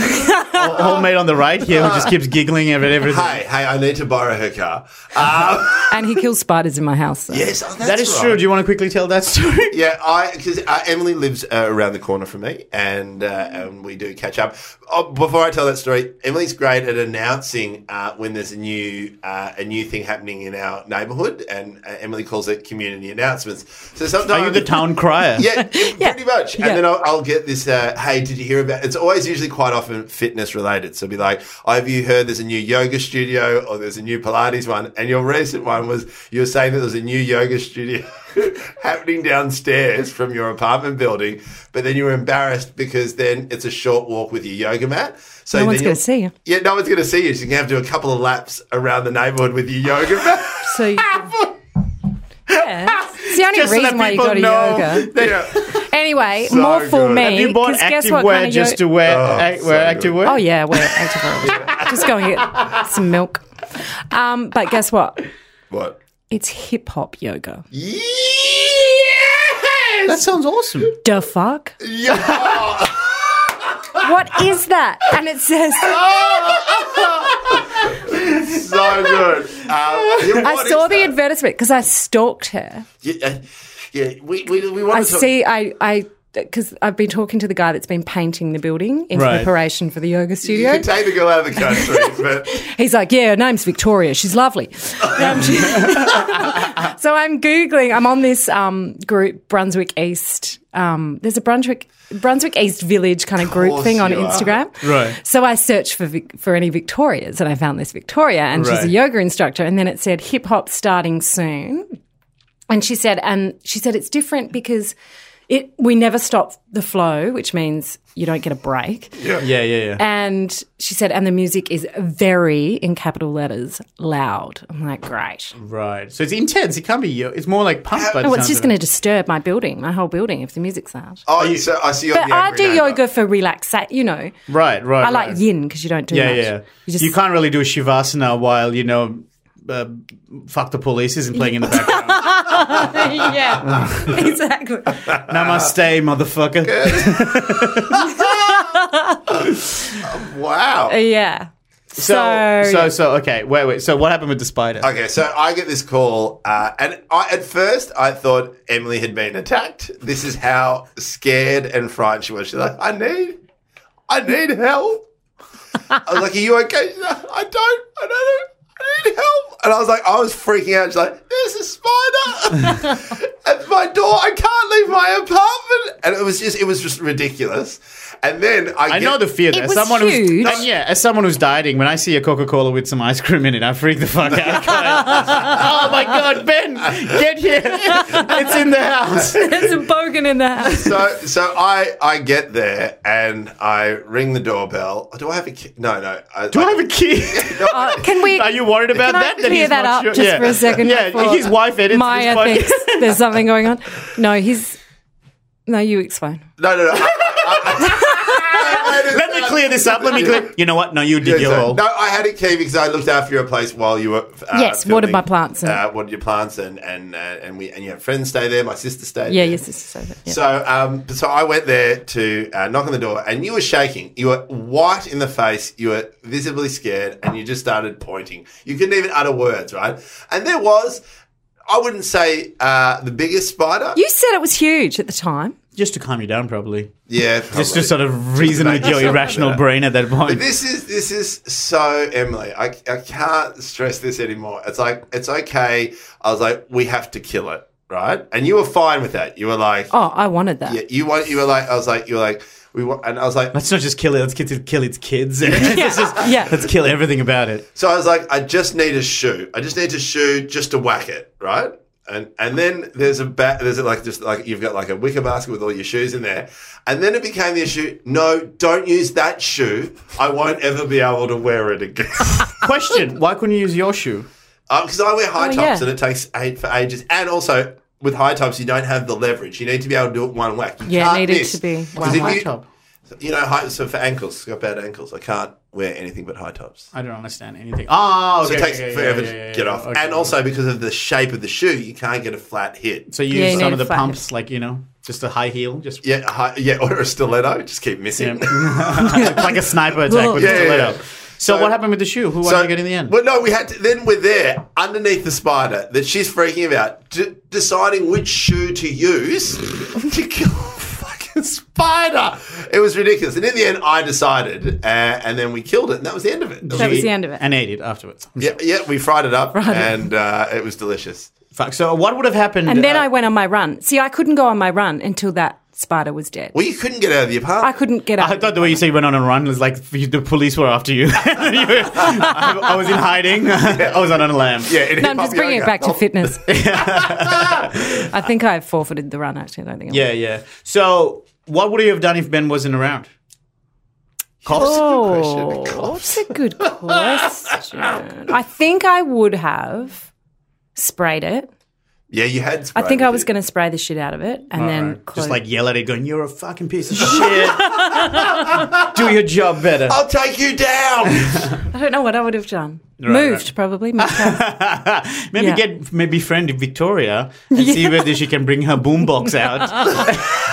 Speaker 3: Homemade on the right here, who just keeps giggling at everything.
Speaker 2: Hey, hey, I need to borrow her car. Um,
Speaker 4: And he kills spiders in my house. so-
Speaker 2: yes, oh, that's
Speaker 3: That is
Speaker 2: right.
Speaker 3: true. Do you want to quickly tell that story?
Speaker 2: Yeah, I because uh, Emily lives uh, around the corner from me, and uh,
Speaker 3: Mm-hmm.
Speaker 2: and we do catch up. Oh, before I tell that story, Emily's great at announcing uh, when there's a new uh, a new thing happening in our neighbourhood, and uh, Emily calls it community announcements. So sometimes
Speaker 3: Are you the town crier?
Speaker 2: yeah, pretty much. And
Speaker 4: Yeah.
Speaker 2: then I'll, I'll get this, uh, hey, did you hear about It's always usually quite often fitness related. So it'll be like, oh, have you heard there's a new yoga studio or there's a new Pilates one? And your recent one was you were saying that there's a new yoga studio happening downstairs from your apartment building, but then you were embarrassed because then it's a short walk with your yoga mat. So
Speaker 4: No
Speaker 2: then
Speaker 4: one's
Speaker 2: you'll-
Speaker 4: gonna see you.
Speaker 2: Yeah, no one's going to see you. So you can have to do a couple of laps around the neighborhood with your yoga mat.
Speaker 4: So you, yeah, it's the only
Speaker 3: Just so that
Speaker 4: reason why you
Speaker 3: people
Speaker 4: go to
Speaker 3: know
Speaker 4: yoga.
Speaker 2: Yeah.
Speaker 4: Anyway,
Speaker 2: So
Speaker 4: more for
Speaker 2: good.
Speaker 4: me.
Speaker 2: Have
Speaker 3: You bought
Speaker 4: 'cause guess
Speaker 3: active
Speaker 4: what
Speaker 3: wear
Speaker 4: kind of
Speaker 3: just
Speaker 4: yo-
Speaker 3: to wear,
Speaker 2: Oh,
Speaker 3: act-
Speaker 2: so
Speaker 3: wear
Speaker 2: good.
Speaker 3: active wear.
Speaker 4: Oh yeah, we're active wear. Just going to get some milk. Um, but guess what?
Speaker 2: what?
Speaker 4: It's hip hop yoga.
Speaker 2: Yes!
Speaker 3: That sounds awesome.
Speaker 4: The fuck?
Speaker 2: Yeah.
Speaker 4: What is that? And it says
Speaker 2: so good. Um, yeah,
Speaker 4: I
Speaker 2: what
Speaker 4: saw
Speaker 2: is
Speaker 4: the
Speaker 2: that?
Speaker 4: advertisement because I stalked her.
Speaker 2: Yeah, uh, yeah, we, we, we want
Speaker 4: I
Speaker 2: to talk-
Speaker 4: see. I I because I've been talking to the guy that's been painting the building in
Speaker 3: Right.
Speaker 4: preparation for the yoga
Speaker 2: You
Speaker 4: studio.
Speaker 2: can take the girl out of the country, but
Speaker 4: He's like, yeah, her name's Victoria. She's lovely. Um, she- so I'm googling. I'm on this um, group, Brunswick East. Um, there's a Brunswick Brunswick East Village kind of group
Speaker 2: course
Speaker 4: thing on
Speaker 2: you are.
Speaker 4: Instagram.
Speaker 3: Right.
Speaker 4: So I searched for Vic- for any Victorias, and I found this Victoria, and she's a
Speaker 3: Right.
Speaker 4: yoga instructor. And then it said hip hop starting soon. And she said, and she said it's different because it we never stop the flow, which means you don't get a break.
Speaker 3: Yeah, yeah, yeah.
Speaker 4: And she said, and the music is very, in capital letters, loud. I'm like, great.
Speaker 3: right. So it's intense. It can't be. yo- It's more like pump. by the
Speaker 4: Oh, it's
Speaker 3: sounds
Speaker 4: just
Speaker 3: of
Speaker 4: going
Speaker 3: it.
Speaker 4: to disturb my building, my whole building, if the music's loud.
Speaker 2: oh, so I see. You're
Speaker 4: But
Speaker 2: the
Speaker 4: I
Speaker 2: angry
Speaker 4: do
Speaker 2: neighbor.
Speaker 4: yoga for relaxation, you know.
Speaker 3: Right, right.
Speaker 4: I like
Speaker 3: right.
Speaker 4: yin because you don't do
Speaker 3: Yeah,
Speaker 4: much.
Speaker 3: yeah.
Speaker 4: You
Speaker 3: You,
Speaker 4: just
Speaker 3: can't really do shavasana while you know. Uh, fuck the police isn't playing in the background.
Speaker 4: yeah, exactly.
Speaker 3: Namaste, motherfucker.
Speaker 2: Wow.
Speaker 4: Yeah.
Speaker 3: So,
Speaker 4: So-
Speaker 3: so, so, okay. Wait, wait. So, what happened with the spider?
Speaker 2: Okay, so I get this call, uh, and I, at first I thought Emily had been attacked. This is how scared and frightened she was. She's like, "I need, I need help." I was like, "Are you okay?" She's like, "I don't, I don't know. I need help." And I was like, I was freaking out. She's like, "There's a spider at my door. I can't leave my apartment." And it was just, it was just ridiculous. And then I,
Speaker 3: I
Speaker 2: get-
Speaker 3: know the fear. There.
Speaker 4: was
Speaker 3: someone
Speaker 4: huge.
Speaker 3: who's and yeah, as someone who's dieting, when I see a Coca Cola with some ice cream in it, I freak the fuck out. oh my god, Ben, get here! It's in the house.
Speaker 4: There's a bogan in there.
Speaker 2: so so I I get there and I ring the doorbell. Do I have a key? No, no. I,
Speaker 3: Do I have a key?
Speaker 4: Uh, can we
Speaker 3: Are you worried about
Speaker 4: Can I
Speaker 3: that?
Speaker 4: clear
Speaker 3: he's
Speaker 4: that
Speaker 3: not
Speaker 4: up
Speaker 3: sure-
Speaker 4: just
Speaker 3: yeah.
Speaker 4: for a second?
Speaker 3: Yeah,
Speaker 4: before
Speaker 3: his wife edits
Speaker 4: Maya
Speaker 3: this podcast.
Speaker 4: thinks there's something going on. No, he's. No, you explain.
Speaker 2: No, no, no. I, I, I, I,
Speaker 3: Let me clear this up. Let me clear. You know what? No, you did
Speaker 2: Yeah,
Speaker 3: your
Speaker 2: so-
Speaker 3: role.
Speaker 2: No, I had it key because I looked after your place while you were. Uh,
Speaker 4: Yes, watered my plants and-
Speaker 2: uh, watered your plants, and and uh, and we and you had friends stay there. My sister stayed.
Speaker 4: Yeah,
Speaker 2: there.
Speaker 4: yes, yes, yes, yes, yes.
Speaker 2: So, um, so I went there to uh, knock on the door, and you were shaking. You were white in the face. You were visibly scared, and you just started pointing. You couldn't even utter words, right? And there was, I wouldn't say uh, the biggest spider.
Speaker 4: You said it was huge at the time.
Speaker 3: Just to calm you down, probably.
Speaker 2: yeah,
Speaker 3: Just to
Speaker 2: probably.
Speaker 3: sort of reason with your irrational brain at that point.
Speaker 2: This is this is so Emily. I, I can't stress this anymore. It's like it's okay. I was like, we have to kill it, right? And you were fine with that. You were like,
Speaker 4: Oh, I wanted that.
Speaker 2: yeah, you want. You were like, I was like, you were like, we want. And I was like,
Speaker 3: Let's not just kill it. Let's get to kill its kids. let's, just,
Speaker 4: Yeah.
Speaker 3: let's kill everything about it.
Speaker 2: so I was like, I just need a shoe. I just need a shoe just to whack it, right? And and then there's a bat. There's like just like you've got like a wicker basket with all your shoes in there. And then it became the issue. No, don't use that shoe. I won't ever be able to wear it again.
Speaker 3: Question: Why couldn't you use your shoe?
Speaker 2: because I wear high
Speaker 4: Oh,
Speaker 2: tops
Speaker 4: yeah.
Speaker 2: and it takes eight for ages. And also with high tops, you don't have the leverage. You need to be able to do it one whack. You
Speaker 4: Yeah, it
Speaker 2: can't
Speaker 4: needed
Speaker 2: miss.
Speaker 4: to be
Speaker 2: 'Cause
Speaker 4: one
Speaker 2: if
Speaker 4: whack.
Speaker 2: you, You know, high, so for ankles, I've got bad ankles. I can't wear anything but high tops.
Speaker 3: I don't understand anything. Oh,
Speaker 2: So
Speaker 3: okay,
Speaker 2: it takes
Speaker 3: okay, yeah,
Speaker 2: forever
Speaker 3: yeah,
Speaker 2: to
Speaker 3: yeah,
Speaker 2: get
Speaker 3: yeah,
Speaker 2: off.
Speaker 3: okay.
Speaker 2: and also because of the shape of the shoe, you can't get a flat hit.
Speaker 3: so you
Speaker 4: Yeah,
Speaker 3: use
Speaker 4: you
Speaker 3: some
Speaker 4: need
Speaker 3: of the
Speaker 4: to find
Speaker 3: pumps, like you know, just a high heel, just
Speaker 2: Yeah, high, yeah, or a stiletto, just keep missing.
Speaker 3: It's like a sniper attack with
Speaker 2: Yeah,
Speaker 3: a
Speaker 2: yeah,
Speaker 3: stiletto.
Speaker 2: yeah.
Speaker 3: So,
Speaker 2: So-
Speaker 3: what happened with the shoe? Who won you get in the end?
Speaker 2: Well, no, we had to. Then we're there underneath the spider that she's freaking about, d- deciding which shoe to use to kill a fucking spider. It was ridiculous. And in the end, I decided, uh, and then we killed it, and that was the end of it.
Speaker 4: That was the end of it.
Speaker 3: And ate it afterwards.
Speaker 2: Yeah, yeah, we fried it up, and uh, it was delicious.
Speaker 3: Fuck. So what would have happened?
Speaker 4: And then
Speaker 3: uh,
Speaker 4: I went on my run. See, I couldn't go on my run until that spider was dead.
Speaker 2: Well, you couldn't get out of the
Speaker 4: I
Speaker 2: apartment.
Speaker 4: couldn't get up.
Speaker 3: I thought the way you said you went on a run was like you- the police were after you. You were- I, I was in hiding. I was on a lamb.
Speaker 2: yeah, in
Speaker 4: no, I'm
Speaker 2: hip-hop
Speaker 4: just bringing it
Speaker 2: yoga.
Speaker 4: back to
Speaker 2: Oh,
Speaker 4: fitness. I think I forfeited the run, actually. I don't think I
Speaker 3: Yeah, yeah. So what would you have done if Ben wasn't around? Cops?
Speaker 4: Oh, that's a good question. I think I would have sprayed it.
Speaker 2: Yeah, you had.
Speaker 4: I think I was going to spray the shit out of it and then close.
Speaker 3: Just like yell at it, going, "You're a fucking piece of shit. Do your job better."
Speaker 4: Oh,
Speaker 2: I'll take you down.
Speaker 4: I don't know what I would have done.
Speaker 3: Right,
Speaker 4: Moved
Speaker 3: right.
Speaker 4: probably. Moved house.
Speaker 3: Maybe
Speaker 4: Yeah.
Speaker 3: get maybe friend Victoria and see whether she can bring her boombox out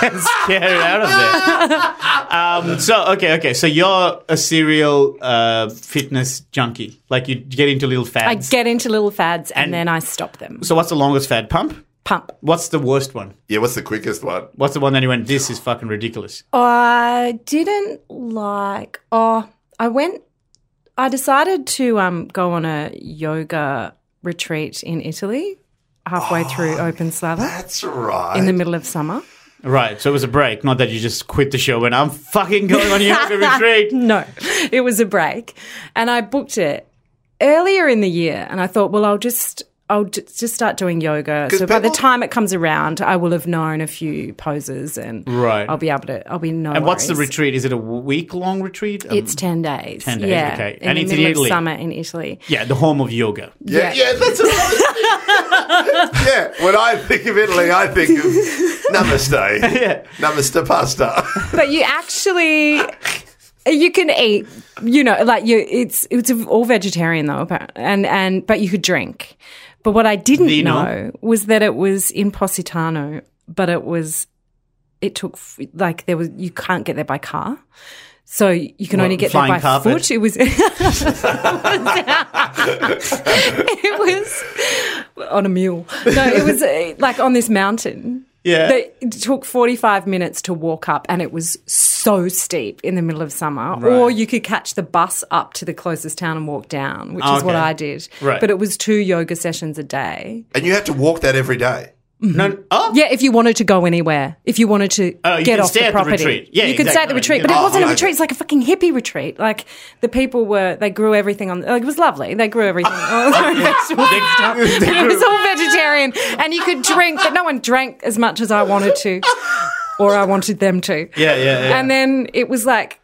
Speaker 3: and scare it out of there. Um, so okay, okay. So you're a serial uh, fitness junkie. Like you get into little
Speaker 4: I
Speaker 3: fads.
Speaker 4: get into little fads and,
Speaker 3: And-
Speaker 4: then I stop them.
Speaker 3: so what's the longest fad pump?
Speaker 4: pump.
Speaker 3: What's the worst one?
Speaker 2: Yeah, what's the quickest one?
Speaker 3: What's the one that you went, this is fucking ridiculous?
Speaker 4: I didn't like. Oh, I went. I decided to um, go on a yoga retreat in Italy
Speaker 3: Oh,
Speaker 4: halfway through Open Slava
Speaker 2: That's right.
Speaker 4: in the middle of summer.
Speaker 3: Right, so it was a break, not that you just quit the show and I'm fucking going on yoga retreat.
Speaker 4: No, it was a break, and I booked it earlier in the year. And I thought, well, I'll just I'll j- just start doing yoga. So by the
Speaker 2: people-
Speaker 4: time it comes around, I will have known a few poses, and
Speaker 3: Right.
Speaker 4: I'll be able to. I'll be no.
Speaker 3: And what's the
Speaker 4: worries.
Speaker 3: retreat? Is it a week long retreat? Um,
Speaker 4: It's ten days.
Speaker 3: 10 days,
Speaker 4: yeah,
Speaker 3: okay.
Speaker 4: in
Speaker 3: And
Speaker 4: the
Speaker 3: it's in
Speaker 4: middle
Speaker 3: Italy.
Speaker 4: of summer in Italy.
Speaker 3: yeah, the home of yoga.
Speaker 2: yeah, yeah, that's another thing. yeah, when I think of Italy, I think of namaste.
Speaker 3: Yeah.
Speaker 2: Namaste pasta.
Speaker 4: But you actually. You can eat, you know, like you. It's it's all vegetarian though, apparent- and and but you could drink. But what I didn't
Speaker 3: Vino.
Speaker 4: know was that it was in Positano, but it was, it took f- like there was you can't get there by car, so you can
Speaker 3: What,
Speaker 4: only get there
Speaker 3: flying
Speaker 4: by
Speaker 3: carpet?
Speaker 4: foot. It was, it was, it was on a mule. No, it was uh, like on this mountain.
Speaker 3: Yeah.
Speaker 4: They- it took 45 minutes to walk up and it was so steep in the middle of summer. Or you could catch the bus up to the closest town and walk down, which is what
Speaker 3: Ah, Okay.
Speaker 4: I did.
Speaker 3: Right.
Speaker 4: But it was two yoga sessions a day.
Speaker 2: and you have to walk that every day.
Speaker 3: No, oh,
Speaker 4: mm-hmm. Yeah, if you wanted to go anywhere, if you wanted to
Speaker 3: Oh, you
Speaker 4: get
Speaker 3: can
Speaker 4: off
Speaker 3: stay
Speaker 4: the
Speaker 3: at the
Speaker 4: property,
Speaker 3: retreat. Yeah,
Speaker 4: you could stay at
Speaker 3: exactly.
Speaker 4: the retreat.
Speaker 3: You
Speaker 4: But
Speaker 3: can-
Speaker 4: it wasn't
Speaker 2: Oh,
Speaker 4: a
Speaker 2: okay.
Speaker 4: retreat; it's like a fucking hippie retreat. Like the people were, they grew everything on. Like, it was lovely. They grew everything. all their vegetables and stuff. It was all vegetarian, and you could drink, but no one drank as much as I wanted to, or I wanted them to.
Speaker 3: yeah, yeah. yeah.
Speaker 4: And then it was like.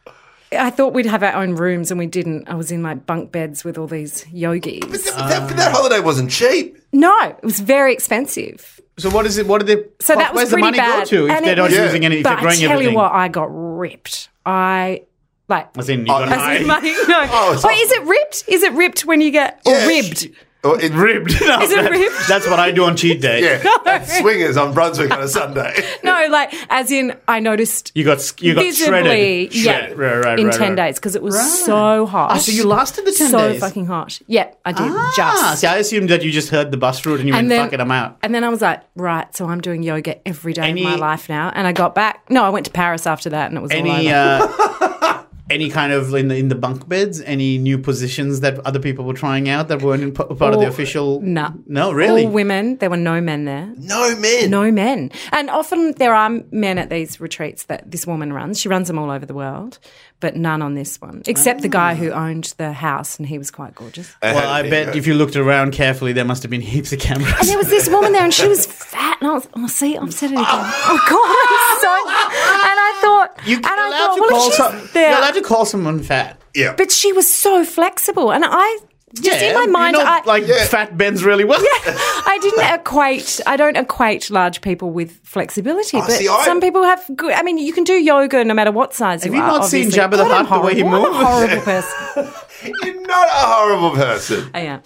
Speaker 4: I thought we'd have our own rooms and we didn't. I was in like bunk beds with all these yogis.
Speaker 2: That, that- that holiday wasn't cheap.
Speaker 4: No, it was very expensive.
Speaker 3: so what is it? What did they?
Speaker 4: So that was
Speaker 3: where's
Speaker 4: pretty
Speaker 3: the money
Speaker 4: bad.
Speaker 3: go to if
Speaker 4: And
Speaker 3: they're
Speaker 4: it
Speaker 3: not
Speaker 4: was-
Speaker 3: using any? If
Speaker 4: but
Speaker 3: they're growing
Speaker 4: I tell
Speaker 3: everything.
Speaker 4: you what, I got ripped. I like.
Speaker 3: As in, you got
Speaker 2: Oh,
Speaker 3: an
Speaker 4: As in
Speaker 3: eye.
Speaker 4: money, no.
Speaker 2: Oh, it's
Speaker 4: Wait,
Speaker 2: awful.
Speaker 4: is it ripped? Is it ripped when you get or
Speaker 2: Yeah.
Speaker 4: ribbed?
Speaker 2: Oh, it,
Speaker 3: ribbed. No,
Speaker 4: Is it
Speaker 3: that-
Speaker 4: ribbed?
Speaker 3: That's what I do on cheat day.
Speaker 2: yeah, that's swingers on Brunswick on a Sunday.
Speaker 4: No, like as in I noticed
Speaker 3: You got you got
Speaker 4: visibly,
Speaker 3: shredded.
Speaker 4: yeah,
Speaker 3: Shredded. Right, right,
Speaker 4: in
Speaker 3: right,
Speaker 4: ten
Speaker 3: right.
Speaker 4: days because it was so hot.
Speaker 3: Ah, so you lasted the 10
Speaker 4: so
Speaker 3: days?
Speaker 4: fucking hot. Yeah, I did
Speaker 3: Ah,
Speaker 4: just.
Speaker 3: see, I assumed that you just heard the bus route and you went, fuck it, I'm out.
Speaker 4: And then I was like, right, so I'm doing yoga every day
Speaker 3: Any-
Speaker 4: of my life now. And I got back. No, I went to Paris after that, and it was all
Speaker 3: Any
Speaker 4: over.
Speaker 3: uh, any kind of in the, in the bunk beds? Any new positions that other people were trying out that weren't in p- part of the
Speaker 4: All-
Speaker 3: official?
Speaker 4: no.
Speaker 3: no, really.
Speaker 4: All women. There were no men there.
Speaker 2: No men.
Speaker 4: No men. And often there are men at these retreats that this woman runs. She runs them all over the world, but none on this one, except the guy who owned the house, and he was quite gorgeous. And
Speaker 3: Well, I bet if you looked around carefully, there must have been heaps of cameras.
Speaker 4: there was this woman there, and she was fat. And I was, oh, see, I've said it again. Oh, God, I'm so. And I thought,
Speaker 3: You-
Speaker 4: and
Speaker 3: You're
Speaker 4: I
Speaker 3: allowed
Speaker 4: thought,
Speaker 3: to
Speaker 4: well, if
Speaker 3: call
Speaker 4: she's
Speaker 3: some-
Speaker 4: there-
Speaker 3: you're allowed to call someone fat.
Speaker 2: Yeah.
Speaker 4: but she was so flexible, and I just in my
Speaker 3: you
Speaker 4: mind,
Speaker 3: know,
Speaker 4: I
Speaker 3: like fat bends really well.
Speaker 4: I didn't equate. I don't equate large people with flexibility,
Speaker 3: Ah,
Speaker 4: but
Speaker 2: see, I-
Speaker 4: some people have. Good, I mean, you can do yoga no matter what size you
Speaker 3: you
Speaker 4: are.
Speaker 3: not seen
Speaker 4: obviously.
Speaker 3: Jabba the
Speaker 4: God, I'm
Speaker 3: Hutt, the way he
Speaker 4: horrible. I'm a
Speaker 3: moves?
Speaker 4: horrible person.
Speaker 2: You're not a horrible person.
Speaker 4: I am.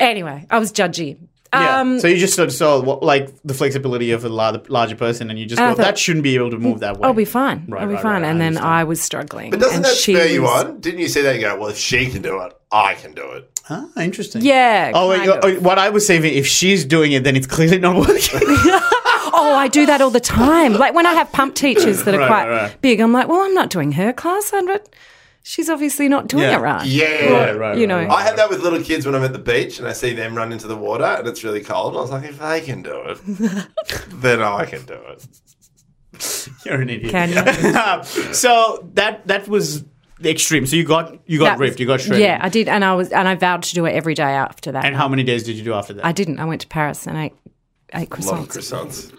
Speaker 4: Anyway, I was judgy.
Speaker 3: Yeah.
Speaker 4: Um,
Speaker 3: so you just sort of saw what, like the flexibility of a lar- larger person, and you just
Speaker 4: And I
Speaker 3: go,
Speaker 4: thought,
Speaker 3: that shouldn't be able to move that way.
Speaker 4: I'll be fine.
Speaker 3: Right,
Speaker 4: I'll be
Speaker 3: right,
Speaker 4: fine.
Speaker 3: right, I
Speaker 4: and then
Speaker 3: understand.
Speaker 4: I was struggling.
Speaker 2: But doesn't
Speaker 4: and
Speaker 2: that
Speaker 4: she
Speaker 2: spur you
Speaker 4: was-
Speaker 2: on? Didn't you see that and go, well, if she can do it, I can do it?
Speaker 3: Ah, interesting.
Speaker 4: Yeah,
Speaker 3: Oh, wait,
Speaker 4: kind of.
Speaker 3: oh, what I was saying, if she's doing it, then it's clearly not working.
Speaker 4: Oh, I do that all the time. Like when I have pump teachers that are
Speaker 3: Right,
Speaker 4: quite
Speaker 3: right, right.
Speaker 4: big, I'm like, well, I'm not doing her class, but she's obviously not doing
Speaker 3: Yeah.
Speaker 4: it right.
Speaker 2: Yeah.
Speaker 3: Right, right,
Speaker 4: you
Speaker 3: right,
Speaker 4: know.
Speaker 3: right.
Speaker 2: I had that with little kids when I'm at the beach and I see them run into the water and it's really cold. And I was like, if they can do it, then I can do it.
Speaker 3: You're an idiot.
Speaker 4: Can you?
Speaker 3: so that that was the extreme. So you got you got
Speaker 4: That was-
Speaker 3: ripped. You got shredded.
Speaker 4: Yeah, I did, and I was, and I vowed to do it every day after that.
Speaker 3: And how many days did you do after that?
Speaker 4: I didn't. I went to Paris and I ate
Speaker 2: A lot of
Speaker 4: croissants.
Speaker 2: croissants.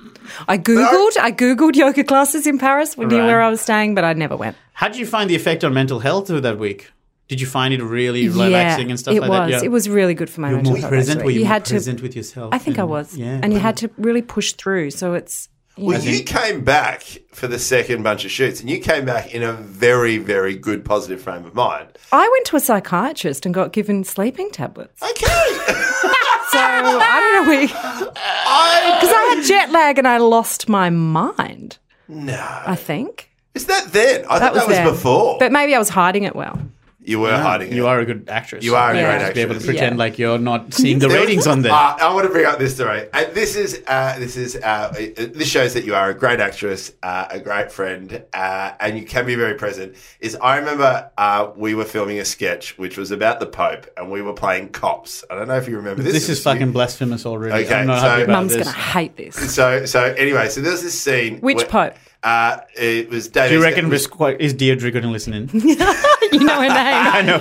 Speaker 4: I googled. I googled yoga classes in Paris. We knew
Speaker 3: Right.
Speaker 4: where I was staying, but I never went.
Speaker 3: how did you find the effect on mental health of that week? Did you find it really relaxing
Speaker 4: yeah,
Speaker 3: and stuff
Speaker 4: it
Speaker 3: like
Speaker 4: was.
Speaker 3: that? Yeah.
Speaker 4: It was really good for my
Speaker 3: You're
Speaker 4: mental
Speaker 3: more
Speaker 4: health.
Speaker 3: present.
Speaker 4: actually.
Speaker 3: Were you,
Speaker 4: you
Speaker 3: more
Speaker 4: had
Speaker 3: present
Speaker 4: to.
Speaker 3: with yourself?
Speaker 4: I think I
Speaker 3: and-
Speaker 4: was.
Speaker 3: Yeah.
Speaker 4: and you had to really push through. So it's. you
Speaker 2: Well,
Speaker 4: know.
Speaker 2: you came back for the second bunch of shoots and you came back in a very, very good, positive frame of mind.
Speaker 4: I went to a psychiatrist and got given sleeping tablets.
Speaker 2: Okay.
Speaker 4: So I don't know because
Speaker 2: I,
Speaker 4: I had jet lag and I lost my mind.
Speaker 2: no.
Speaker 4: I think
Speaker 2: Is that then? I thought that was
Speaker 4: there.
Speaker 2: before.
Speaker 4: but maybe I was hiding it well.
Speaker 2: You were hiding
Speaker 3: You
Speaker 2: it.
Speaker 3: are a good actress.
Speaker 2: You are a
Speaker 4: Yeah.
Speaker 2: great
Speaker 4: Just
Speaker 2: actress.
Speaker 3: Be able to pretend
Speaker 4: Yeah.
Speaker 3: like you're not seeing the
Speaker 2: There was-
Speaker 3: ratings on there.
Speaker 2: Uh, I want to bring up this story. Uh, this is uh, this is uh, uh, this shows that you are a great actress, uh, a great friend, uh, and you can be very present. Is I remember uh, we were filming a sketch which was about the Pope, and we were playing cops. I don't know if you remember this.
Speaker 3: this is
Speaker 2: you-
Speaker 3: fucking blasphemous already.
Speaker 2: Okay,
Speaker 3: I'm not
Speaker 2: so-
Speaker 3: happy about
Speaker 4: Mum's
Speaker 3: this.
Speaker 4: going to hate this.
Speaker 2: So so anyway, so there's this scene.
Speaker 4: Which
Speaker 2: where-
Speaker 4: Pope?
Speaker 2: Uh, it was David.
Speaker 3: Do you reckon this quite, is Deirdre going to listen in?
Speaker 4: You know her name.
Speaker 3: I know.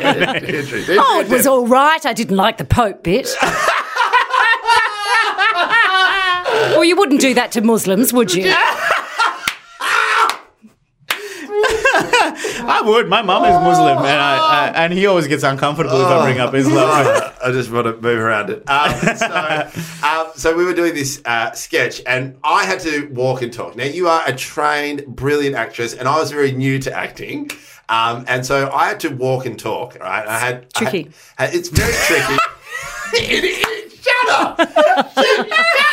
Speaker 4: Oh, it was all right. I didn't like the Pope bit. well, you wouldn't do that to Muslims, would you?
Speaker 3: I would. My mum is Muslim, and I, I and he always gets uncomfortable if I bring up Islam.
Speaker 2: Uh, I just want to move around it. Um, so, um, so we were doing this uh, sketch, and I had to walk and talk. Now you are a trained, brilliant actress, and I was very new to acting, um, and so I had to walk and talk. Right, I had I had-
Speaker 4: Tricky.
Speaker 2: I had- uh, it's very tricky. It is- Shut up! Shut up!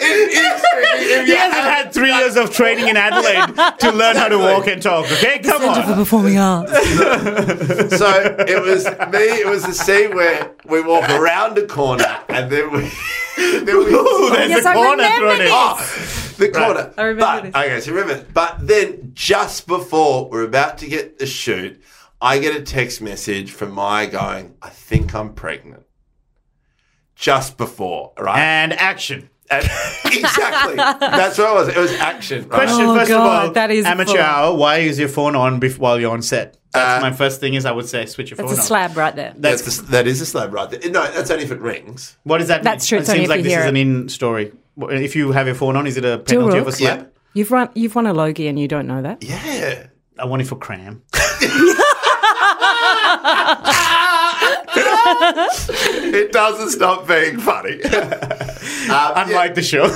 Speaker 2: It is tricky.
Speaker 4: Oh.
Speaker 2: If
Speaker 3: He
Speaker 2: you
Speaker 3: hasn't
Speaker 2: have-
Speaker 3: had three years of training in Adelaide to learn how to walk and talk. Okay, come on.
Speaker 4: Performing arts.
Speaker 2: So it was me. It was the scene where we walk around a corner, and then we. then we
Speaker 3: Ooh, there's
Speaker 4: Yes,
Speaker 3: a
Speaker 4: I
Speaker 3: corner
Speaker 4: remember
Speaker 3: thrown in.
Speaker 4: this.
Speaker 2: Oh, the corner.
Speaker 4: I remember
Speaker 2: but, Okay, so remember. But then just before we're about to get the shoot, I get a text message from my going, I think I'm pregnant. Just before, right?
Speaker 3: And action.
Speaker 2: And- exactly. That's what it was. It was action. Right?
Speaker 3: Question
Speaker 4: Oh,
Speaker 3: first
Speaker 4: God,
Speaker 3: of all,
Speaker 4: that is
Speaker 3: amateur
Speaker 4: full. Uh,
Speaker 3: hour. Why is your phone on bef- while you're on set? That's my first thing. Is I would say switch your
Speaker 4: That's
Speaker 3: phone
Speaker 4: a
Speaker 3: on.
Speaker 4: slab right there.
Speaker 2: That's the, that is a slab right there. No, that's only if it rings.
Speaker 3: What does that mean?
Speaker 4: That's true,
Speaker 3: It
Speaker 4: it's only
Speaker 3: seems
Speaker 4: if
Speaker 3: like
Speaker 4: you
Speaker 3: this
Speaker 4: hear
Speaker 3: is
Speaker 4: it.
Speaker 3: an in story. Wh- If you have your phone on, is it a penalty of a
Speaker 4: Dilruk?
Speaker 3: slap?
Speaker 4: You've run. You've won a Logie, and you don't know that.
Speaker 2: Yeah.
Speaker 3: I want it for cram.
Speaker 2: It doesn't stop being funny. Um,
Speaker 3: Unlike the show. Which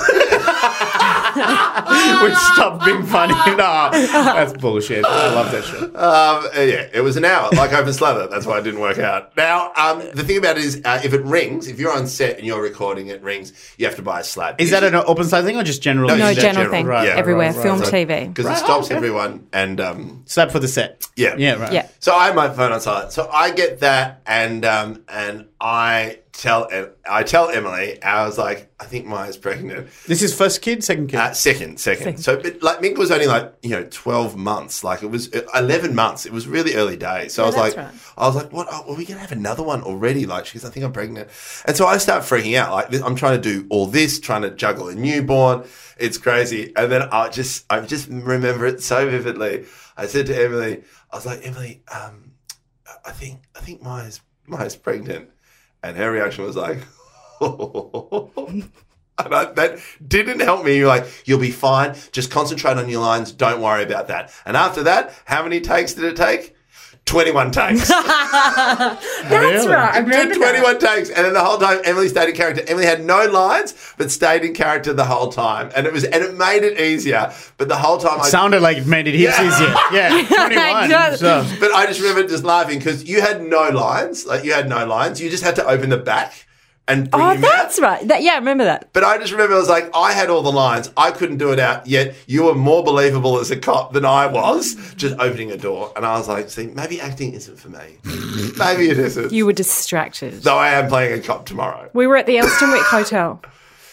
Speaker 3: stopped being funny. Nah, that's bullshit. I love that show.
Speaker 2: Um, uh, yeah, it was an hour, like over Slather. That's why it didn't work out. Now, um, the thing about it is, uh, if it rings, if you're on set and you're recording, it rings, you have to buy a slab.
Speaker 3: Is that an open side thing or just general?
Speaker 2: No,
Speaker 4: No,
Speaker 2: Is that
Speaker 4: general,
Speaker 2: general?
Speaker 4: thing.
Speaker 2: Right, yeah,
Speaker 4: everywhere,
Speaker 3: right, right,
Speaker 4: film,
Speaker 3: right. Oh,
Speaker 4: TV.
Speaker 2: Because it stops everyone and um,
Speaker 3: Slap for the set.
Speaker 2: yeah.
Speaker 3: Yeah, right.
Speaker 4: Yeah.
Speaker 2: So I have my phone on silent. So I get that, and um, and I tell E, I tell Emily, I was like, I think Maya's pregnant.
Speaker 3: This is first kid, second kid.
Speaker 2: Uh, second, second, So, but like Mink was only like you know twelve months. Like it was uh, eleven months. It was really early days. So I was
Speaker 4: that's
Speaker 2: like,
Speaker 4: right.
Speaker 2: I was like, what? Oh, are we gonna have another one already? Like she goes, I think I'm pregnant. And so I start freaking out. Like this, I'm trying to do all this, trying to juggle a newborn. It's crazy. And then I just, I just remember it so vividly. I said to Emily, I was like, Emily, um, I think, I think Maya's Maya's pregnant. And her reaction was like. And I, that didn't help me. You're like, you'll be fine. Just concentrate on your lines. Don't worry about that. And after that, how many takes did it take? 21 takes. It
Speaker 4: That's right. I Oh,
Speaker 2: took 21 takes. And then the whole time, Emily stayed in character. Emily had no lines, but stayed in character the whole time. And it was, and it made it easier. But the whole time, I.
Speaker 3: Sounded like it made it heaps
Speaker 2: Yeah.
Speaker 3: easier. Yeah, 21.
Speaker 4: just-
Speaker 3: so.
Speaker 2: but I just remember just laughing because you had no lines. Like, you had no lines. You just had to open the back and bring
Speaker 4: Oh,
Speaker 2: him out.
Speaker 4: that's right. That, yeah, I remember that.
Speaker 2: But I just remember I was like, I had all the lines. I couldn't do it out yet. You were more believable as a cop than I was, just opening a door. And I was like, see, maybe acting isn't for me. maybe it isn't.
Speaker 4: You were distracted.
Speaker 2: Though I am playing a cop tomorrow.
Speaker 4: We were at the Elstonwick Hotel.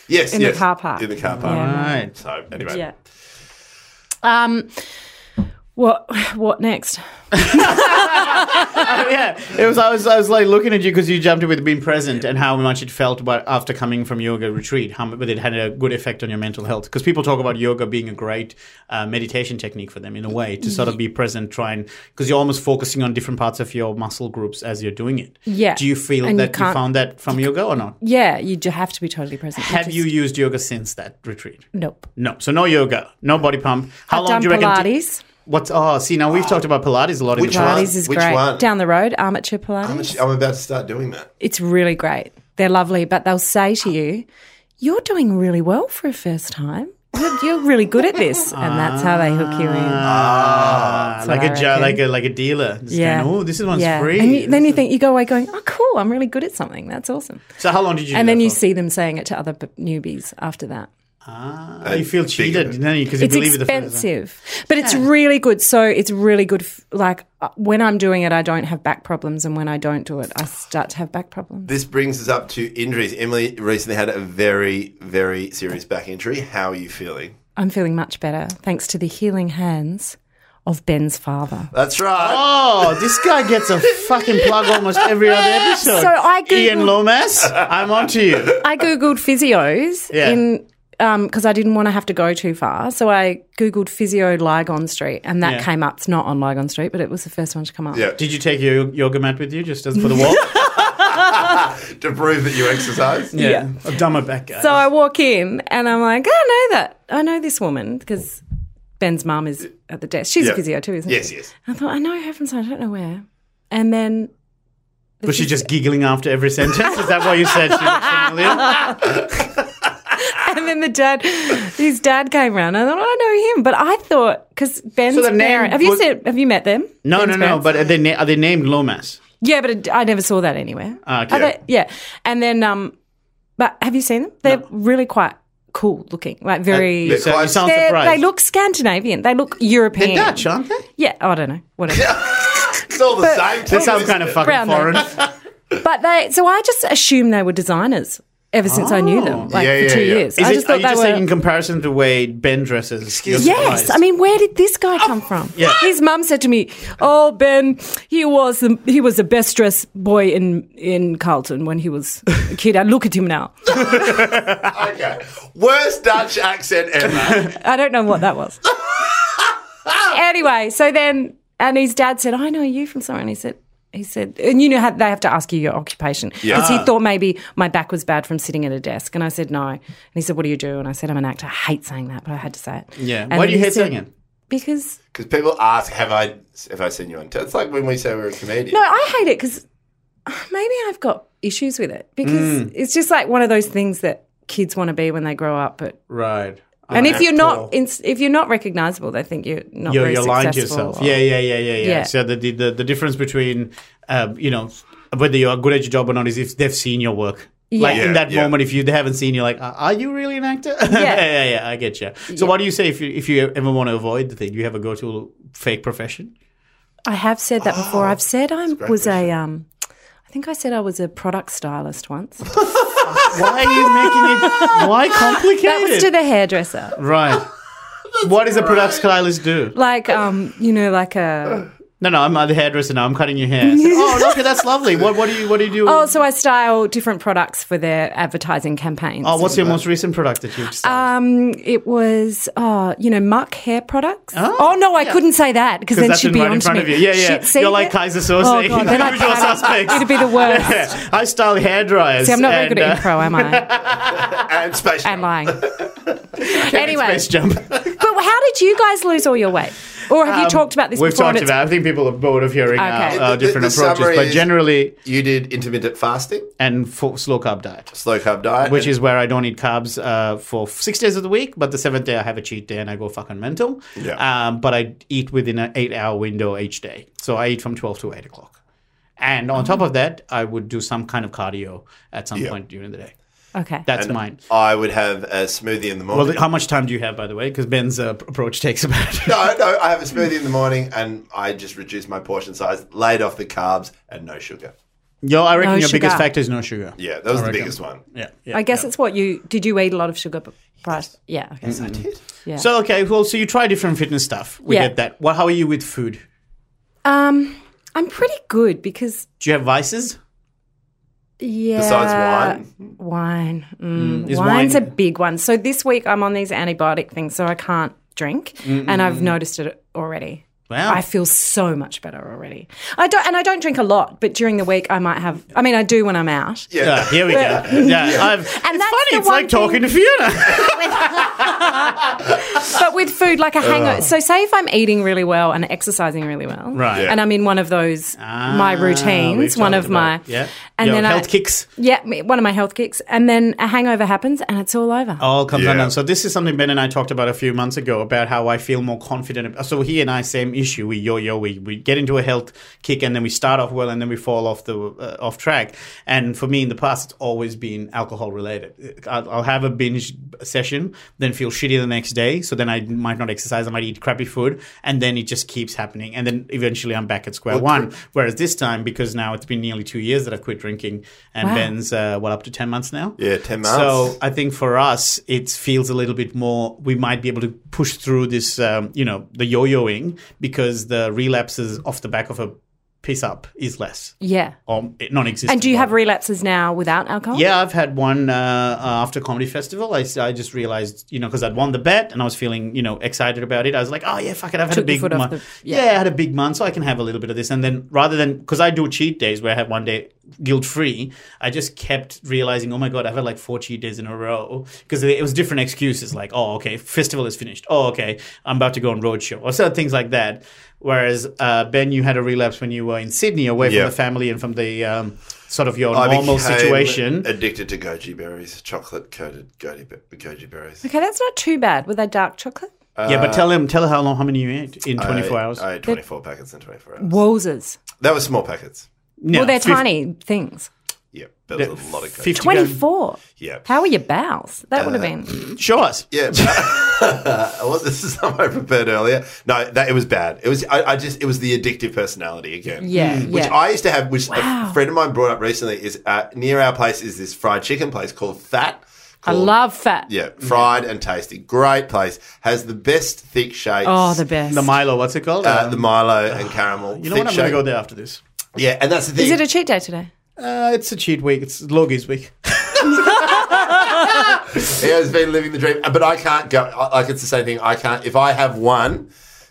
Speaker 2: Yes,
Speaker 4: In the
Speaker 2: yes.
Speaker 4: car park.
Speaker 2: In the car park.
Speaker 4: Yeah.
Speaker 3: Right.
Speaker 2: So anyway,
Speaker 4: Yeah. Um. What? What next?
Speaker 3: Oh, yeah, it was. I was. I was like looking at you because you jumped in with being present and how much it felt about after coming from yoga retreat. How much it had a good effect on your mental health because people talk about yoga being a great uh, meditation technique for them in a way to sort of be present, try and because you're almost focusing on different parts of your muscle groups as you're doing it.
Speaker 4: Yeah.
Speaker 3: Do you feel
Speaker 4: And you
Speaker 3: that you,
Speaker 4: can't-
Speaker 3: found that from yoga or not?
Speaker 4: Yeah, you ju- have to be totally present.
Speaker 3: Have
Speaker 4: Just-
Speaker 3: you used yoga since that retreat?
Speaker 4: Nope.
Speaker 3: No. So no yoga, no body pump. How
Speaker 4: I've
Speaker 3: long
Speaker 4: done
Speaker 3: do you reckon? t-
Speaker 4: Pilates.
Speaker 3: What's oh see now we've talked about Pilates a lot in
Speaker 2: Which
Speaker 3: the past.
Speaker 2: one?
Speaker 4: Pilates is
Speaker 2: Which
Speaker 4: great.
Speaker 2: one?
Speaker 4: Down the road, armature Pilates.
Speaker 2: I'm, I'm about to start doing that.
Speaker 4: It's really great. They're lovely, but they'll say to you, "You're doing really well for a first time. You're, you're really good at this," and that's how they hook you in.
Speaker 3: Ah, like a
Speaker 4: what I
Speaker 3: ja-
Speaker 4: reckon.
Speaker 3: like a like a dealer. Just
Speaker 4: yeah.
Speaker 3: Going, oh, this one's
Speaker 4: yeah.
Speaker 3: free.
Speaker 4: And you, then you think you go away going, "Oh, cool! I'm really good at something. That's awesome."
Speaker 3: so how long did you? do
Speaker 4: and then
Speaker 3: that
Speaker 4: you
Speaker 3: for?
Speaker 4: see them saying it to other p- newbies after that.
Speaker 3: Ah, you feel cheated, don't you? Because you
Speaker 4: It's
Speaker 3: believe it the first time.
Speaker 4: expensive, but it's really good. So it's really good. f- Like uh, when I'm doing it, I don't have back problems, and when I don't do it, I start to have back problems.
Speaker 2: This brings us up to injuries. Emily recently had a very, very serious back injury. How are you feeling?
Speaker 4: I'm feeling much better thanks to the healing hands of Ben's father.
Speaker 2: That's right.
Speaker 3: Oh, this guy gets a fucking plug almost every other episode.
Speaker 4: So I Googled-
Speaker 3: Ian Lomas, I'm on to you.
Speaker 4: I googled physios
Speaker 3: Yeah.
Speaker 4: in because I didn't want to have to go too far, so I googled physio Lygon Street, and that
Speaker 3: Yeah.
Speaker 4: came up. It's not on Lygon Street, but it was the first one to come up.
Speaker 2: Yeah.
Speaker 3: Did you take your yoga mat with you just as for the walk?
Speaker 2: To prove that you exercise.
Speaker 4: Yeah.
Speaker 3: I've done my back, guys.
Speaker 4: So I walk in and I'm like, I know that. I know this woman because Ben's mum is at the desk. She's
Speaker 2: Yeah.
Speaker 4: a physio too, isn't
Speaker 2: Yes,
Speaker 4: she?
Speaker 2: yes.
Speaker 4: I thought, I know her from somewhere. I don't know where. And then
Speaker 3: was she just giggling after every sentence? Is that why you said she was familiar?
Speaker 4: and then the dad, his dad came round. I thought, I know him. But I thought, because Ben's
Speaker 3: So the name
Speaker 4: parent, have you,
Speaker 3: was-
Speaker 4: said, have you met them?
Speaker 3: No, no,
Speaker 4: Ben's
Speaker 3: no.
Speaker 4: parents?
Speaker 3: But are they, na- are they named Lomas?
Speaker 4: Yeah, but it, I never saw that anywhere.
Speaker 3: Ah, Okay.
Speaker 4: I thought- yeah. And then, um, but have you seen them? They're really quite cool looking, like very.
Speaker 3: You so- you
Speaker 2: quite-
Speaker 3: sound
Speaker 4: they're-
Speaker 3: Uh, surprised.
Speaker 4: they look Scandinavian. They look European.
Speaker 3: They're Dutch, aren't they?
Speaker 4: Yeah, I don't know. Whatever.
Speaker 2: It's all the
Speaker 4: But-
Speaker 2: same.
Speaker 3: They sound kind of fucking
Speaker 4: Brown
Speaker 3: foreign.
Speaker 4: But they, so I just assumed they were designers ever since I knew
Speaker 3: Oh.
Speaker 4: them, like
Speaker 2: Yeah,
Speaker 4: for two
Speaker 2: yeah, yeah.
Speaker 4: years.
Speaker 3: Is
Speaker 4: I
Speaker 3: it-
Speaker 4: just
Speaker 3: are
Speaker 4: thought
Speaker 3: you just
Speaker 4: they
Speaker 3: saying in
Speaker 4: were.
Speaker 3: comparison to the way Ben dresses? Excuse
Speaker 4: Yes, I mean, where did this guy come from?
Speaker 3: Oh, Yeah.
Speaker 4: His mum said to me, "Oh, Ben, he was the, he was the best dressed boy in in Carlton when he was a kid. I look at him now.
Speaker 2: Okay. Worst Dutch accent ever.
Speaker 4: I don't know what that was. anyway, so then, and his dad said, "I know you from somewhere," and he said. He said, and you know how they have to ask you your occupation because he thought maybe my back was bad from sitting at a desk, and I said no. And he said, "What do you do?" And I said, "I'm an actor." I hate saying that, but I had to say it.
Speaker 3: Yeah.
Speaker 4: And
Speaker 3: Why do you
Speaker 4: then he
Speaker 3: hate
Speaker 4: said-
Speaker 3: saying it?
Speaker 4: Because
Speaker 2: Because people ask, have I have I seen you on TV? It's like when we say we're a comedian.
Speaker 4: no, I hate it because maybe I've got issues with it because
Speaker 3: Mm.
Speaker 4: it's just like one of those things that kids want to be when they grow up, but
Speaker 3: Right.
Speaker 4: and if you're
Speaker 3: Cool.
Speaker 4: not in, if you're not recognizable, they think you're not
Speaker 3: you're,
Speaker 4: very
Speaker 3: you're lying to
Speaker 4: successful.
Speaker 3: yourself.
Speaker 4: or-
Speaker 3: Yeah, yeah, yeah, yeah, yeah.
Speaker 4: Yeah.
Speaker 3: So the, the the the difference between, uh, you know, whether you're good at your job or not is if they've seen your work. Like
Speaker 2: Yeah,
Speaker 3: in that
Speaker 2: yeah.
Speaker 3: moment, if you they haven't seen, you're like, "Are- are you really an actor? Yeah, yeah, yeah. I get you. So, what do you say if you if you ever want to avoid the thing? Do you have a go to fake profession?
Speaker 4: I have said that before.
Speaker 3: Oh,
Speaker 4: I've said I was a um I think I said I was a product stylist once. that
Speaker 3: Why are you making it? Why complicated?
Speaker 4: was to the hairdresser.
Speaker 3: right. What does a product stylist do?
Speaker 4: Like um, you know, like a
Speaker 3: No, no, I'm the hairdresser now. I'm cutting your hair. I said, oh, okay, that's lovely. What, what do you, what do you do?
Speaker 4: Oh, so I style different products for their advertising campaigns.
Speaker 3: oh, what's your most recent product that you've? styled?
Speaker 4: um, it was, uh, you know, muck hair products. Oh, no, I couldn't say that because then
Speaker 3: that's
Speaker 4: she'd
Speaker 3: in
Speaker 4: be
Speaker 3: right in
Speaker 4: on
Speaker 3: front of you. Yeah, yeah.
Speaker 4: Shit, see
Speaker 3: You're like
Speaker 4: it?
Speaker 3: Kaiser
Speaker 4: Oh,
Speaker 3: Soze,
Speaker 4: God, then I'd
Speaker 3: Usual
Speaker 4: panic.
Speaker 3: Suspects.
Speaker 4: It'd be the worst.
Speaker 3: I style hair dryers.
Speaker 4: See, I'm not very
Speaker 3: and,
Speaker 4: good at
Speaker 3: uh,
Speaker 4: impro, am I?
Speaker 2: And space. Jam.
Speaker 4: I'm lying. anyway,
Speaker 3: Space jump.
Speaker 4: but how did you guys lose all your weight? Or have you talked about this
Speaker 3: Um, We've
Speaker 4: before? and
Speaker 3: talked
Speaker 4: it's-
Speaker 3: about. I think people are bored of hearing
Speaker 4: Okay.
Speaker 3: our,
Speaker 4: The-
Speaker 3: our
Speaker 2: the-
Speaker 3: different
Speaker 2: the
Speaker 3: approaches,
Speaker 2: summary
Speaker 3: but
Speaker 2: is-
Speaker 3: generally
Speaker 2: You did intermittent fasting,
Speaker 3: and full, slow carb diet,
Speaker 2: slow carb diet,
Speaker 3: which is where I don't eat carbs uh, for six days of the week, but the seventh day I have a cheat day and I go fucking mental.
Speaker 2: Yeah.
Speaker 3: Um, but I eat within an eight-hour window each day, so I eat from twelve to eight o'clock. And on top of that, I would do some kind of cardio at some point during the day.
Speaker 4: Okay.
Speaker 3: That's mine.
Speaker 2: I would have a smoothie in the morning.
Speaker 3: Well, how much time do you have, by the way? Because Ben's uh, p- approach takes about.
Speaker 2: no, no, I have a smoothie in the morning and I just reduce my portion size, laid off the carbs and no sugar.
Speaker 3: Yo, I reckon
Speaker 4: No
Speaker 3: your biggest
Speaker 4: sugar.
Speaker 3: factor is no sugar.
Speaker 2: Yeah, that was the
Speaker 3: I reckon.
Speaker 2: biggest one.
Speaker 3: Yeah. yeah,
Speaker 4: I guess
Speaker 3: yeah.
Speaker 4: it's what you did. You eat a lot of sugar, but price. Yeah. Okay.
Speaker 2: I did.
Speaker 4: Yeah.
Speaker 3: So okay, well, so you try different fitness stuff. We
Speaker 4: Yeah.
Speaker 3: get that. Well, how are you with food?
Speaker 4: um, I'm pretty good because
Speaker 3: Do you have vices?
Speaker 4: yeah.
Speaker 2: Besides wine?
Speaker 4: Wine. Mm.
Speaker 3: is
Speaker 4: Wine's
Speaker 3: wine-
Speaker 4: a big one. So this week I'm on these antibiotic things, so I can't drink, and I've noticed it already.
Speaker 3: Wow.
Speaker 4: I feel so much better already. I don't, and I don't drink a lot, but during the week I might have. I mean, I do when I'm out.
Speaker 2: Yeah.
Speaker 3: Yeah, here we go. Yeah, I've, it's funny.
Speaker 4: that's the
Speaker 3: It's
Speaker 4: one
Speaker 3: like talking to Fiona.
Speaker 4: But with food, like a hangover. So say if I'm eating really well and exercising really well,
Speaker 3: Right. Ah,
Speaker 4: And I'm in one of those my routines, one of my
Speaker 3: yeah,
Speaker 4: and
Speaker 3: Your
Speaker 4: then
Speaker 3: health
Speaker 4: I,
Speaker 3: kicks
Speaker 4: Yeah, me- one of my health kicks, and then a hangover happens, and it's all over.
Speaker 3: all comes
Speaker 2: Yeah.
Speaker 3: undone. So this is something Ben and I talked about a few months ago about how I feel more confident. ab- So he and I same issue. We yo-yo. We, we get into a health kick, and then we start off well, and then we fall off the uh, off track. And for me, in the past, it's always been alcohol related. I'll, I'll have a binge session, then feel shitty the next day. So then I might not exercise. I might eat crappy food, and then it just keeps happening. And then eventually, I'm back at square one. Whereas this time, because now it's been nearly two years that I've quit drinking, and
Speaker 4: Wow.
Speaker 3: Ben's uh, well up to ten months now.
Speaker 2: Yeah, 10
Speaker 3: So
Speaker 2: months.
Speaker 3: I think for us, it feels a little bit more. We might be able to push through this, um, you know, the yo-yoing because the relapses off the back of a piss up is less
Speaker 4: Yeah.
Speaker 3: or non-existent.
Speaker 4: And do you have
Speaker 3: rather.
Speaker 4: relapses now without alcohol?
Speaker 3: Yeah, I've had one uh, uh, after comedy festival. I, s- I just realized, you know, because I'd won the bet and I was feeling, you know, excited about it. I was like, oh yeah, fuck it, I've had
Speaker 4: Took
Speaker 3: a
Speaker 4: your
Speaker 3: big
Speaker 4: foot off
Speaker 3: month.
Speaker 4: the-
Speaker 3: yeah.
Speaker 4: yeah.
Speaker 3: I had a big month, so I can have a little bit of this. And then rather than because I do cheat days where I have one day guilt free, I just kept realizing, oh my god, I've had like four cheat days in a row because it was different excuses like, oh okay, festival is finished. Oh okay, I'm about to go on roadshow or certain things like that. Whereas uh, Ben, you had a relapse when you were in Sydney, away
Speaker 2: Yeah.
Speaker 3: from the family and from the um, sort of your
Speaker 2: I
Speaker 3: normal
Speaker 2: became
Speaker 3: situation.
Speaker 2: Addicted to goji berries, chocolate coated goji, be- goji berries.
Speaker 4: Okay, that's not too bad. Were they dark chocolate?
Speaker 3: Yeah, but tell him tell her how long how many you ate in 24
Speaker 2: Uh, I-
Speaker 3: hours.
Speaker 2: I had 24 packets in 24 hours.
Speaker 4: Wozers.
Speaker 2: That was small packets.
Speaker 3: no,
Speaker 4: well, they're
Speaker 3: fif-
Speaker 4: tiny things.
Speaker 2: Yeah, but it was
Speaker 3: Yeah,
Speaker 2: a lot of goji.
Speaker 3: 50
Speaker 4: 24.
Speaker 2: Yeah.
Speaker 4: How were your bowels? That
Speaker 3: Uh,
Speaker 4: would have been.
Speaker 3: Show us.
Speaker 2: Yeah, I was, this is something I prepared earlier. No, that it was bad. It was I, I just it was the addictive personality again.
Speaker 4: Yeah, Mm.
Speaker 2: which
Speaker 4: yeah.
Speaker 2: I used to have. Which
Speaker 4: Wow.
Speaker 2: a friend of mine brought up recently is uh, near our place is this fried chicken place called Fat.
Speaker 4: I
Speaker 2: called-
Speaker 4: love fat.
Speaker 2: Yeah, fried and tasty. Great place. Has the best thick shakes.
Speaker 4: Oh, the best.
Speaker 3: The Milo, what's it called?
Speaker 2: Uh,
Speaker 3: Um,
Speaker 2: the Milo and caramel.
Speaker 3: you know what? I'm going
Speaker 2: going
Speaker 3: to go there after this.
Speaker 2: Yeah, and that's the thing.
Speaker 4: Is it a cheat day today?
Speaker 3: Uh, it's a cheat week. It's Logie's week.
Speaker 2: Yeah, it's been living the dream. But I can't go. I- Like it's the same thing. I can't. If I have one,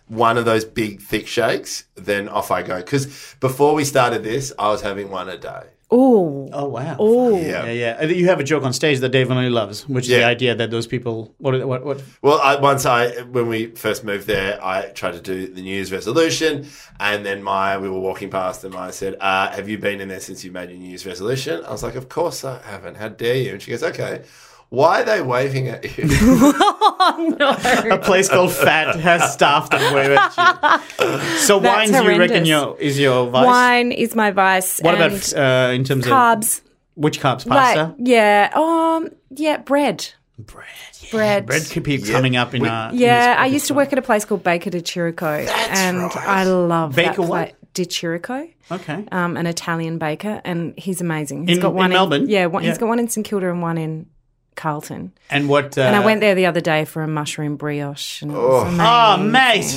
Speaker 2: one of those big thick shakes, then off I go. Because before we started this, I was having one a day.
Speaker 4: Oh.
Speaker 3: Oh, wow.
Speaker 4: Oh.
Speaker 2: Yeah.
Speaker 3: Yeah, yeah. And You have a joke on stage that Dave only loves, which is the
Speaker 2: Yeah.
Speaker 3: idea that those people. What? What? what
Speaker 2: Well, I, once I when we first moved there, I tried to do the New Year's resolution, and then my we were walking past, and I said, uh, "Have you been in there since you made your New Year's resolution?" I was like, "Of course I haven't. How dare you?" And she goes, "Okay." Why are they waving at you?
Speaker 3: a place called Fat has staff that wave at you. So wines, you reckon
Speaker 4: horrendous.
Speaker 3: your is your vice?
Speaker 4: Wine is my vice.
Speaker 3: What
Speaker 4: and
Speaker 3: about uh, in terms of
Speaker 4: carbs?
Speaker 3: which carbs?
Speaker 4: Like,
Speaker 3: Pasta,
Speaker 4: yeah. Um, yeah, bread.
Speaker 3: bread. Yeah.
Speaker 4: Bread.
Speaker 3: Bread keeps coming up in. uh, in this
Speaker 4: Yeah, I
Speaker 3: podcast.
Speaker 4: used to work at a place called Baker de Chirico, and I love that
Speaker 3: Baker what?
Speaker 4: pla- De Chirico,
Speaker 3: Okay.
Speaker 4: um, an Italian baker, and he's amazing. He's
Speaker 3: In-
Speaker 4: got one
Speaker 3: in Melbourne?
Speaker 4: Yeah, one,
Speaker 3: Yeah.
Speaker 4: he's got one in St Kilda and one in Carlton.
Speaker 3: And what? Uh,
Speaker 4: And I went there the other day for a mushroom brioche. And it was amazing.
Speaker 3: Oh,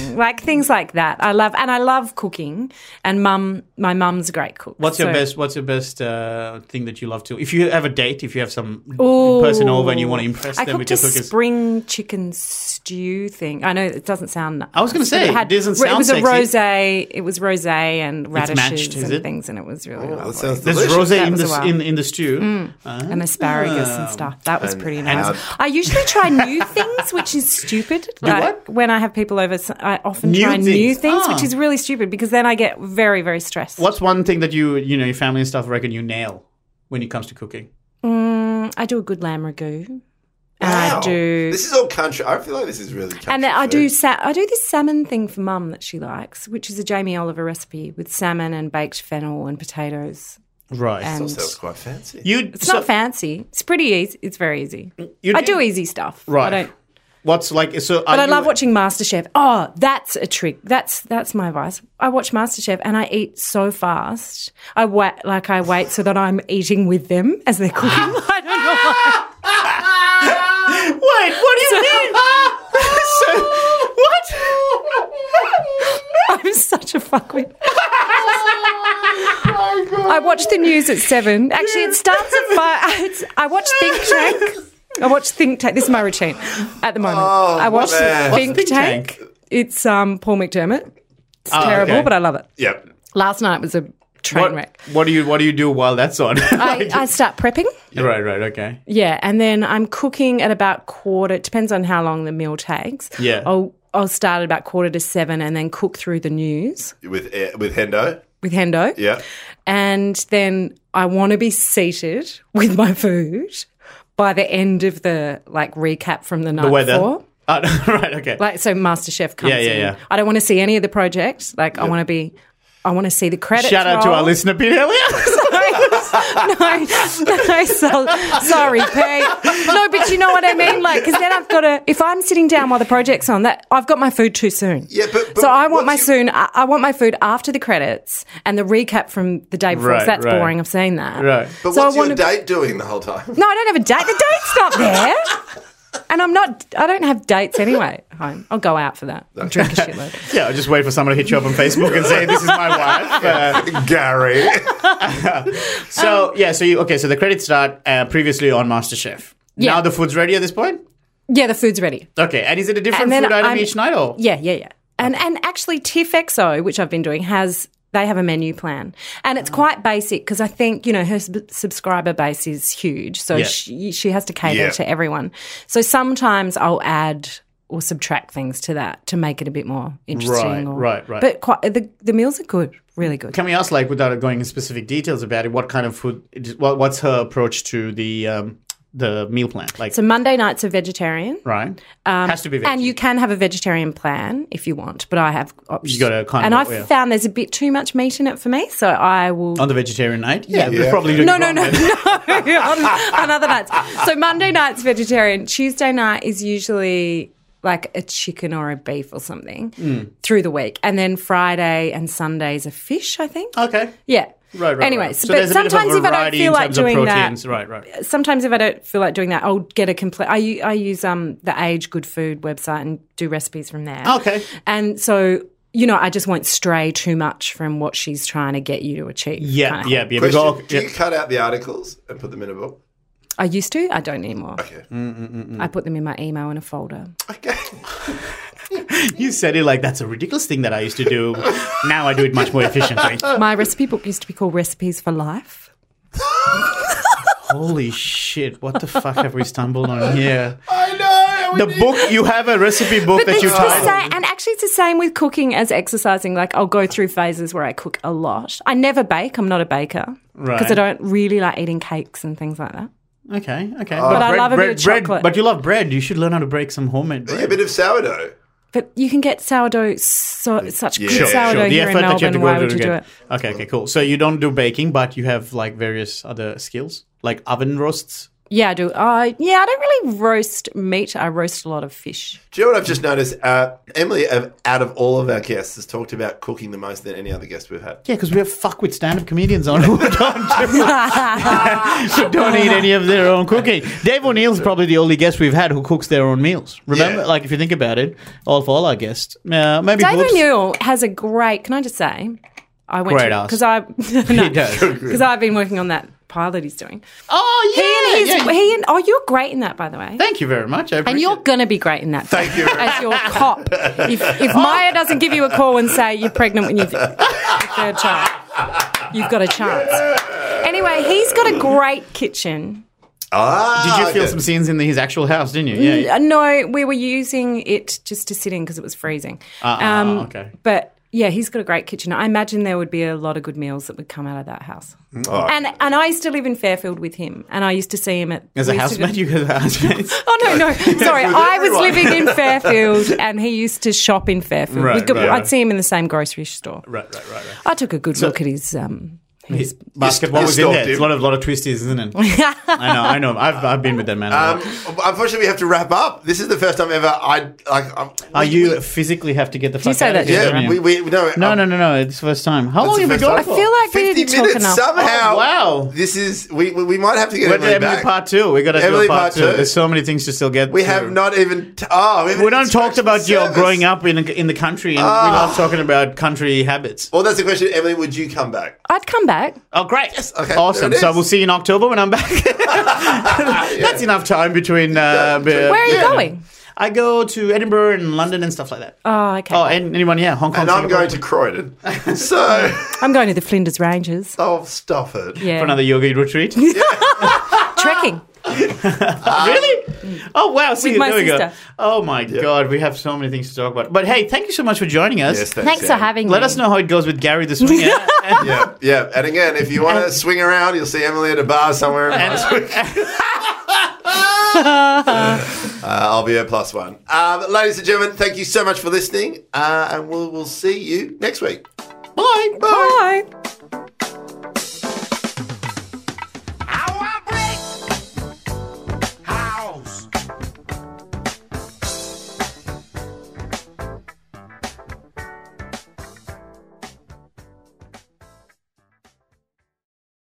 Speaker 3: mate.
Speaker 4: like things like that. I love and I love cooking. And mum, my mum's a great cook.
Speaker 3: What's your
Speaker 4: so-
Speaker 3: best? What's your best uh, thing that you love to? If you have a date, if you have some
Speaker 4: Ooh.
Speaker 3: person over and you want to impress
Speaker 4: I
Speaker 3: them with
Speaker 4: cooked
Speaker 3: your
Speaker 4: a
Speaker 3: cookies,
Speaker 4: spring chicken stew thing. I know it doesn't sound.
Speaker 3: I was gonna
Speaker 4: nice, but
Speaker 3: say,
Speaker 4: it, had,
Speaker 3: it doesn't
Speaker 4: It was
Speaker 3: sound
Speaker 4: a
Speaker 3: sexy.
Speaker 4: rosé. It was rosé and radishes
Speaker 3: matched, is
Speaker 4: and
Speaker 3: it? Oh,
Speaker 4: things, and it was really
Speaker 2: that
Speaker 4: lovely.
Speaker 2: sounds
Speaker 3: there's
Speaker 2: delicious.
Speaker 3: rosé
Speaker 4: That
Speaker 3: in
Speaker 4: was
Speaker 3: the
Speaker 4: a
Speaker 3: s-
Speaker 4: wow.
Speaker 3: in, in the stew.
Speaker 4: Mm. and asparagus and stuff. That was
Speaker 2: And
Speaker 4: pretty
Speaker 2: how-
Speaker 4: nice. I usually try new things, which is stupid. Like,
Speaker 3: what?
Speaker 4: When I have people over, so- I often
Speaker 3: New
Speaker 4: try new
Speaker 3: things.
Speaker 4: things,
Speaker 3: Ah.
Speaker 4: which is really stupid because then I get very, very stressed.
Speaker 3: What's one thing that you you know your family and stuff reckon you nail when it comes to cooking?
Speaker 4: I do a good lamb ragu, and
Speaker 2: Wow.
Speaker 4: I do.
Speaker 2: This is all country. I feel like this is really country.
Speaker 4: Ah, and then I
Speaker 2: food.
Speaker 4: do sa- I do this salmon thing for mum that she likes, which is a Jamie Oliver recipe with salmon and baked fennel and potatoes.
Speaker 3: Right.
Speaker 4: And
Speaker 2: Sounds quite fancy.
Speaker 3: you.
Speaker 4: it's
Speaker 3: so
Speaker 4: not fancy. It's pretty easy. It's very easy.
Speaker 3: you
Speaker 4: I do easy stuff.
Speaker 3: Right.
Speaker 4: I don't.
Speaker 3: What's like? So
Speaker 4: But I love watching MasterChef. Oh, that's a trick. That's that's my vice. I watch MasterChef and I eat so fast. I wait like I wait so that I'm eating with them as they're cooking. I don't know. why.
Speaker 3: Wait, what do you mean? so, what?
Speaker 4: I'm such a fuckwit. I watch the news at seven. Actually, it starts at five. It's, I watch Think Tank. I watch Think Tank. This is my routine at the moment.
Speaker 2: Oh,
Speaker 4: I watch
Speaker 2: what's that? What's
Speaker 4: Think,
Speaker 3: Think
Speaker 4: Tank.
Speaker 3: Tank?
Speaker 4: It's um, Paul McDermott. It's
Speaker 3: Oh,
Speaker 4: terrible,
Speaker 3: okay.
Speaker 4: but I love it.
Speaker 2: Yep.
Speaker 4: Last night was a train
Speaker 3: What,
Speaker 4: wreck.
Speaker 3: what do you what do you do while that's on?
Speaker 4: I, I start prepping.
Speaker 3: right, right, okay.
Speaker 4: Yeah, and then I'm cooking at about quarter. It depends on how long the meal takes.
Speaker 3: Yeah.
Speaker 4: I'll I'll start at about quarter to seven, and then cook through the news
Speaker 2: With eh, with Hendo.
Speaker 4: with Hendo.
Speaker 2: Yeah.
Speaker 4: And then I want to be seated with my food by the end of the like recap from the night
Speaker 3: weather.
Speaker 4: before.
Speaker 3: Uh, right. Okay.
Speaker 4: Like so, MasterChef comes
Speaker 3: Yeah, yeah,
Speaker 4: in.
Speaker 3: yeah.
Speaker 4: I don't want to see any of the projects. Like I want to be, I want to see the credits.
Speaker 3: Shout out to
Speaker 4: roll.
Speaker 3: our listener, Pete Elliott.
Speaker 4: no, no, so, sorry, Pete. No, but you know what I mean. Like, because then I've got to. If I'm sitting down while the project's on, that I've got my food too soon.
Speaker 2: Yeah, but- but
Speaker 4: so I want my
Speaker 2: what's
Speaker 4: soon. I, I want my food after the credits and the recap from the day before.
Speaker 3: Right,
Speaker 4: so that's
Speaker 3: right.
Speaker 4: boring. I've seen that.
Speaker 3: Right.
Speaker 2: But
Speaker 4: so
Speaker 2: what's
Speaker 4: I want
Speaker 2: your
Speaker 4: to.
Speaker 2: date doing the whole time?
Speaker 4: No, I don't have a date. The date's not there. And I'm not. I don't have dates anyway. at Home. I'll go out for that. I'll Drink a shitload.
Speaker 3: yeah. I'll just wait for someone to hit you up on Facebook and say, "This is my wife." Uh,
Speaker 2: Gary.
Speaker 3: so
Speaker 4: Um,
Speaker 3: yeah. So you okay? So the credits start uh, previously on MasterChef.
Speaker 4: Yeah.
Speaker 3: Now the food's ready at this point.
Speaker 4: Yeah, the food's ready.
Speaker 3: Okay. And is it a different
Speaker 4: And then
Speaker 3: food item
Speaker 4: I'm-
Speaker 3: each night or?
Speaker 4: Yeah, yeah, yeah. And and actually, TFXO, which I've been doing, has they have a menu plan, and
Speaker 3: Oh.
Speaker 4: it's quite basic because I think you know her sub- subscriber base is huge, so
Speaker 3: Yeah.
Speaker 4: she she has to cater
Speaker 2: Yeah.
Speaker 4: to everyone. So sometimes I'll add or subtract things to that to make it a bit more interesting.
Speaker 3: Right,
Speaker 4: or,
Speaker 3: right, right.
Speaker 4: But quite the the meals are good, really good.
Speaker 3: Can we ask, like, without going into specific details about it, what kind of food? What, what's her approach to the um, the meal plan? Like,
Speaker 4: So Monday nights are vegetarian.
Speaker 3: right? Has to be veggie.
Speaker 4: And you can have a vegetarian plan if you want, but I have options.
Speaker 3: gotta kind of-
Speaker 4: and I've
Speaker 3: yeah.
Speaker 4: found there's a bit too much meat in it for me, so I will
Speaker 3: on the vegetarian night. Yeah, we're
Speaker 2: Yeah.
Speaker 3: probably doing
Speaker 4: No,
Speaker 3: it
Speaker 4: no,
Speaker 3: wrong
Speaker 4: no,
Speaker 3: then.
Speaker 4: no. on, on other nights. So Monday night's vegetarian. Tuesday night is usually like a chicken or a beef or something
Speaker 3: Mm.
Speaker 4: through the week. And then Friday and Sundays are fish, I think.
Speaker 3: Okay.
Speaker 4: Yeah.
Speaker 3: Right, right.
Speaker 4: Anyway,
Speaker 3: right.
Speaker 4: so, but
Speaker 3: there's a bit of a
Speaker 4: sometimes if I don't
Speaker 3: variety
Speaker 4: feel
Speaker 3: in
Speaker 4: like
Speaker 3: terms of
Speaker 4: doing that,
Speaker 3: proteins. Right, right.
Speaker 4: sometimes if I don't feel like doing that, I'll get a complete. I, u- I use um the Age Good Food website and do recipes from there.
Speaker 3: Okay.
Speaker 4: And so you know, I just won't stray too much from what she's trying to get you to achieve.
Speaker 3: Yeah,
Speaker 4: kinda.
Speaker 3: yeah, yeah.
Speaker 2: Question,
Speaker 3: Because-
Speaker 2: do
Speaker 3: yeah.
Speaker 2: you cut out the articles and put them in a book?
Speaker 4: I used to. I don't anymore.
Speaker 2: Okay.
Speaker 3: Mm.
Speaker 4: I put them in my email in a folder.
Speaker 2: Okay.
Speaker 3: You said it like that's a ridiculous thing that I used to do. now I do it much more efficiently.
Speaker 4: My recipe book used to be called Recipes for Life.
Speaker 3: Holy shit! What the fuck have we stumbled on here?
Speaker 2: I know.
Speaker 3: The book you have a recipe book that you
Speaker 4: it's the
Speaker 3: titled.
Speaker 4: same, and actually, it's the same with cooking as exercising. Like, I'll go through phases where I cook a lot. I never bake. I'm not a baker
Speaker 3: Right.
Speaker 4: because I don't really like eating cakes and things like that.
Speaker 3: Okay, okay.
Speaker 4: But I
Speaker 3: bread-
Speaker 4: love a
Speaker 3: bread,
Speaker 4: bit of
Speaker 3: bread-
Speaker 4: chocolate.
Speaker 3: But you love bread. You should learn how to break some homemade bread.
Speaker 2: A bit of sourdough.
Speaker 4: But you can get sourdough, so,
Speaker 3: Mm,
Speaker 4: such good
Speaker 2: Sure,
Speaker 4: sourdough
Speaker 3: The
Speaker 4: here in
Speaker 3: effort that you have
Speaker 4: Melbourne.
Speaker 3: to go
Speaker 4: Why
Speaker 3: to
Speaker 4: would
Speaker 3: to
Speaker 4: you do it?
Speaker 3: get- Okay, okay, cool. So you don't do baking, but you have like various other skills, like oven roasts.
Speaker 4: Yeah, I do. Uh, yeah, I don't really roast meat. I roast a lot of fish.
Speaker 2: Do you know what I've just noticed? Uh, Emily, of, out of all of our guests, has talked about cooking the most than any other guest we've had.
Speaker 3: Yeah, because we have fuck with stand-up comedians on who don't do, who don't eat any of their own cooking. Dave O'Neill's probably the only guest we've had who cooks their own meals. Remember,
Speaker 2: Yeah.
Speaker 3: like if you think about it, all for all our guests, uh, maybe
Speaker 4: Dave
Speaker 3: Boobs-
Speaker 4: O'Neill has a great. Can I just say, I went
Speaker 3: Great
Speaker 4: to
Speaker 3: ass.
Speaker 4: because I
Speaker 3: He does.
Speaker 4: because I've been working on that pilot he's doing.
Speaker 3: Oh
Speaker 4: He and
Speaker 3: yeah,
Speaker 4: his,
Speaker 3: yeah.
Speaker 4: he and oh, you're great in that, by the way.
Speaker 3: Thank you very much. I
Speaker 4: and
Speaker 3: appreciate
Speaker 4: you're
Speaker 3: it.
Speaker 4: gonna be great in that.
Speaker 2: Thank you.
Speaker 4: As your cop, if,
Speaker 3: Oh.
Speaker 4: if Maya doesn't give you a call and say you're pregnant when you've your third child, you've got a chance. Anyway, he's got a great kitchen.
Speaker 2: Ah,
Speaker 3: Did you feel
Speaker 2: okay.
Speaker 3: some scenes in his actual house? Didn't you? Yeah. yeah.
Speaker 4: Uh, No, we were using it just to sit in because it was freezing. Um,
Speaker 3: ah, ah, okay.
Speaker 4: But yeah, he's got a great kitchen. I imagine there would be a lot of good meals that would come out of that house.
Speaker 2: Oh.
Speaker 4: And and I used to live in Fairfield with him, and I used to see him at
Speaker 3: As a
Speaker 4: we used to go-
Speaker 3: housemate, you as a housemate.
Speaker 4: Oh no, no, sorry.
Speaker 2: With
Speaker 4: I was
Speaker 2: everyone.
Speaker 4: living in Fairfield, and he used to shop in Fairfield.
Speaker 3: Right,
Speaker 4: We could-
Speaker 3: right,
Speaker 4: I'd
Speaker 3: right.
Speaker 4: see him in the same grocery store.
Speaker 3: right, right, right, right.
Speaker 4: I took a good look at his. Um, his
Speaker 3: Basketball
Speaker 2: you
Speaker 3: was in
Speaker 2: stalked
Speaker 3: there. It's a
Speaker 2: him.
Speaker 3: lot of lot of twisties, isn't it? I know, I know. I've, I've been with that man.
Speaker 2: Um, unfortunately, we have to wrap up. This is the first time ever I like. Um,
Speaker 3: Are
Speaker 2: we-
Speaker 3: you physically have to get the fuck
Speaker 4: you say
Speaker 3: out
Speaker 4: that
Speaker 3: of here?
Speaker 4: to
Speaker 2: Yeah,
Speaker 3: don't you?
Speaker 2: we, we no
Speaker 3: no,
Speaker 2: um,
Speaker 3: no, no, no. It's the first time. How
Speaker 2: that's
Speaker 3: long
Speaker 2: the
Speaker 3: have Oh, we
Speaker 2: first
Speaker 3: gone
Speaker 2: time.
Speaker 4: I feel like we
Speaker 2: Fifty
Speaker 4: didn't talk
Speaker 2: minutes
Speaker 4: enough.
Speaker 2: somehow.
Speaker 3: Oh, wow.
Speaker 2: this is we, we we might have to get
Speaker 3: We're doing
Speaker 2: Emily
Speaker 3: Emily
Speaker 2: back.
Speaker 3: part two. We got to do
Speaker 2: Emily
Speaker 3: a part,
Speaker 2: part
Speaker 3: two.
Speaker 2: two.
Speaker 3: There's so many things to still get.
Speaker 2: We
Speaker 3: to.
Speaker 2: have not even. T- oh, we, haven't
Speaker 3: We don't
Speaker 2: even
Speaker 3: talked about
Speaker 2: scratched the
Speaker 3: your
Speaker 2: surface.
Speaker 3: growing up in in the country, and we're not talking about country habits.
Speaker 2: Ah. Well, that's the question, Emily. Would you come back?
Speaker 4: I'd come back.
Speaker 3: Oh, great!
Speaker 2: okay, there
Speaker 3: awesome.
Speaker 2: it
Speaker 3: So
Speaker 2: is.
Speaker 3: we'll see you in October when I'm back. Ah, That's enough time between. Uh, b-
Speaker 2: Where
Speaker 4: are you going?
Speaker 3: I go to Edinburgh and London and stuff like that.
Speaker 4: Oh, okay.
Speaker 3: Oh, and anyone? Yeah, Hong Kong.
Speaker 2: And I'm
Speaker 3: Singapore.
Speaker 2: going to Croydon. So,
Speaker 4: I'm going to the Flinders Ranges.
Speaker 2: oh, stop it.
Speaker 4: Yeah,
Speaker 3: for another Ah. yoga retreat.
Speaker 4: trekking.
Speaker 3: really? Oh wow! See,
Speaker 4: With my
Speaker 3: there we go.
Speaker 4: sister.
Speaker 3: Oh my god, we have so many things to talk about. But hey, thank you so much for joining us.
Speaker 2: Yes,
Speaker 4: Thanks for
Speaker 2: Sam.
Speaker 4: having me.
Speaker 3: Let us know how it goes with Gary this weekend. and,
Speaker 2: Yeah, yeah. And again, if you want to swing around, you'll see Emily at a bar somewhere.
Speaker 3: and-
Speaker 2: Uh, I'll be a plus one. Um, ladies and gentlemen, Uh, thank you so much for listening, uh, and we'll, we'll see you next week. Bye. Bye.
Speaker 4: Bye.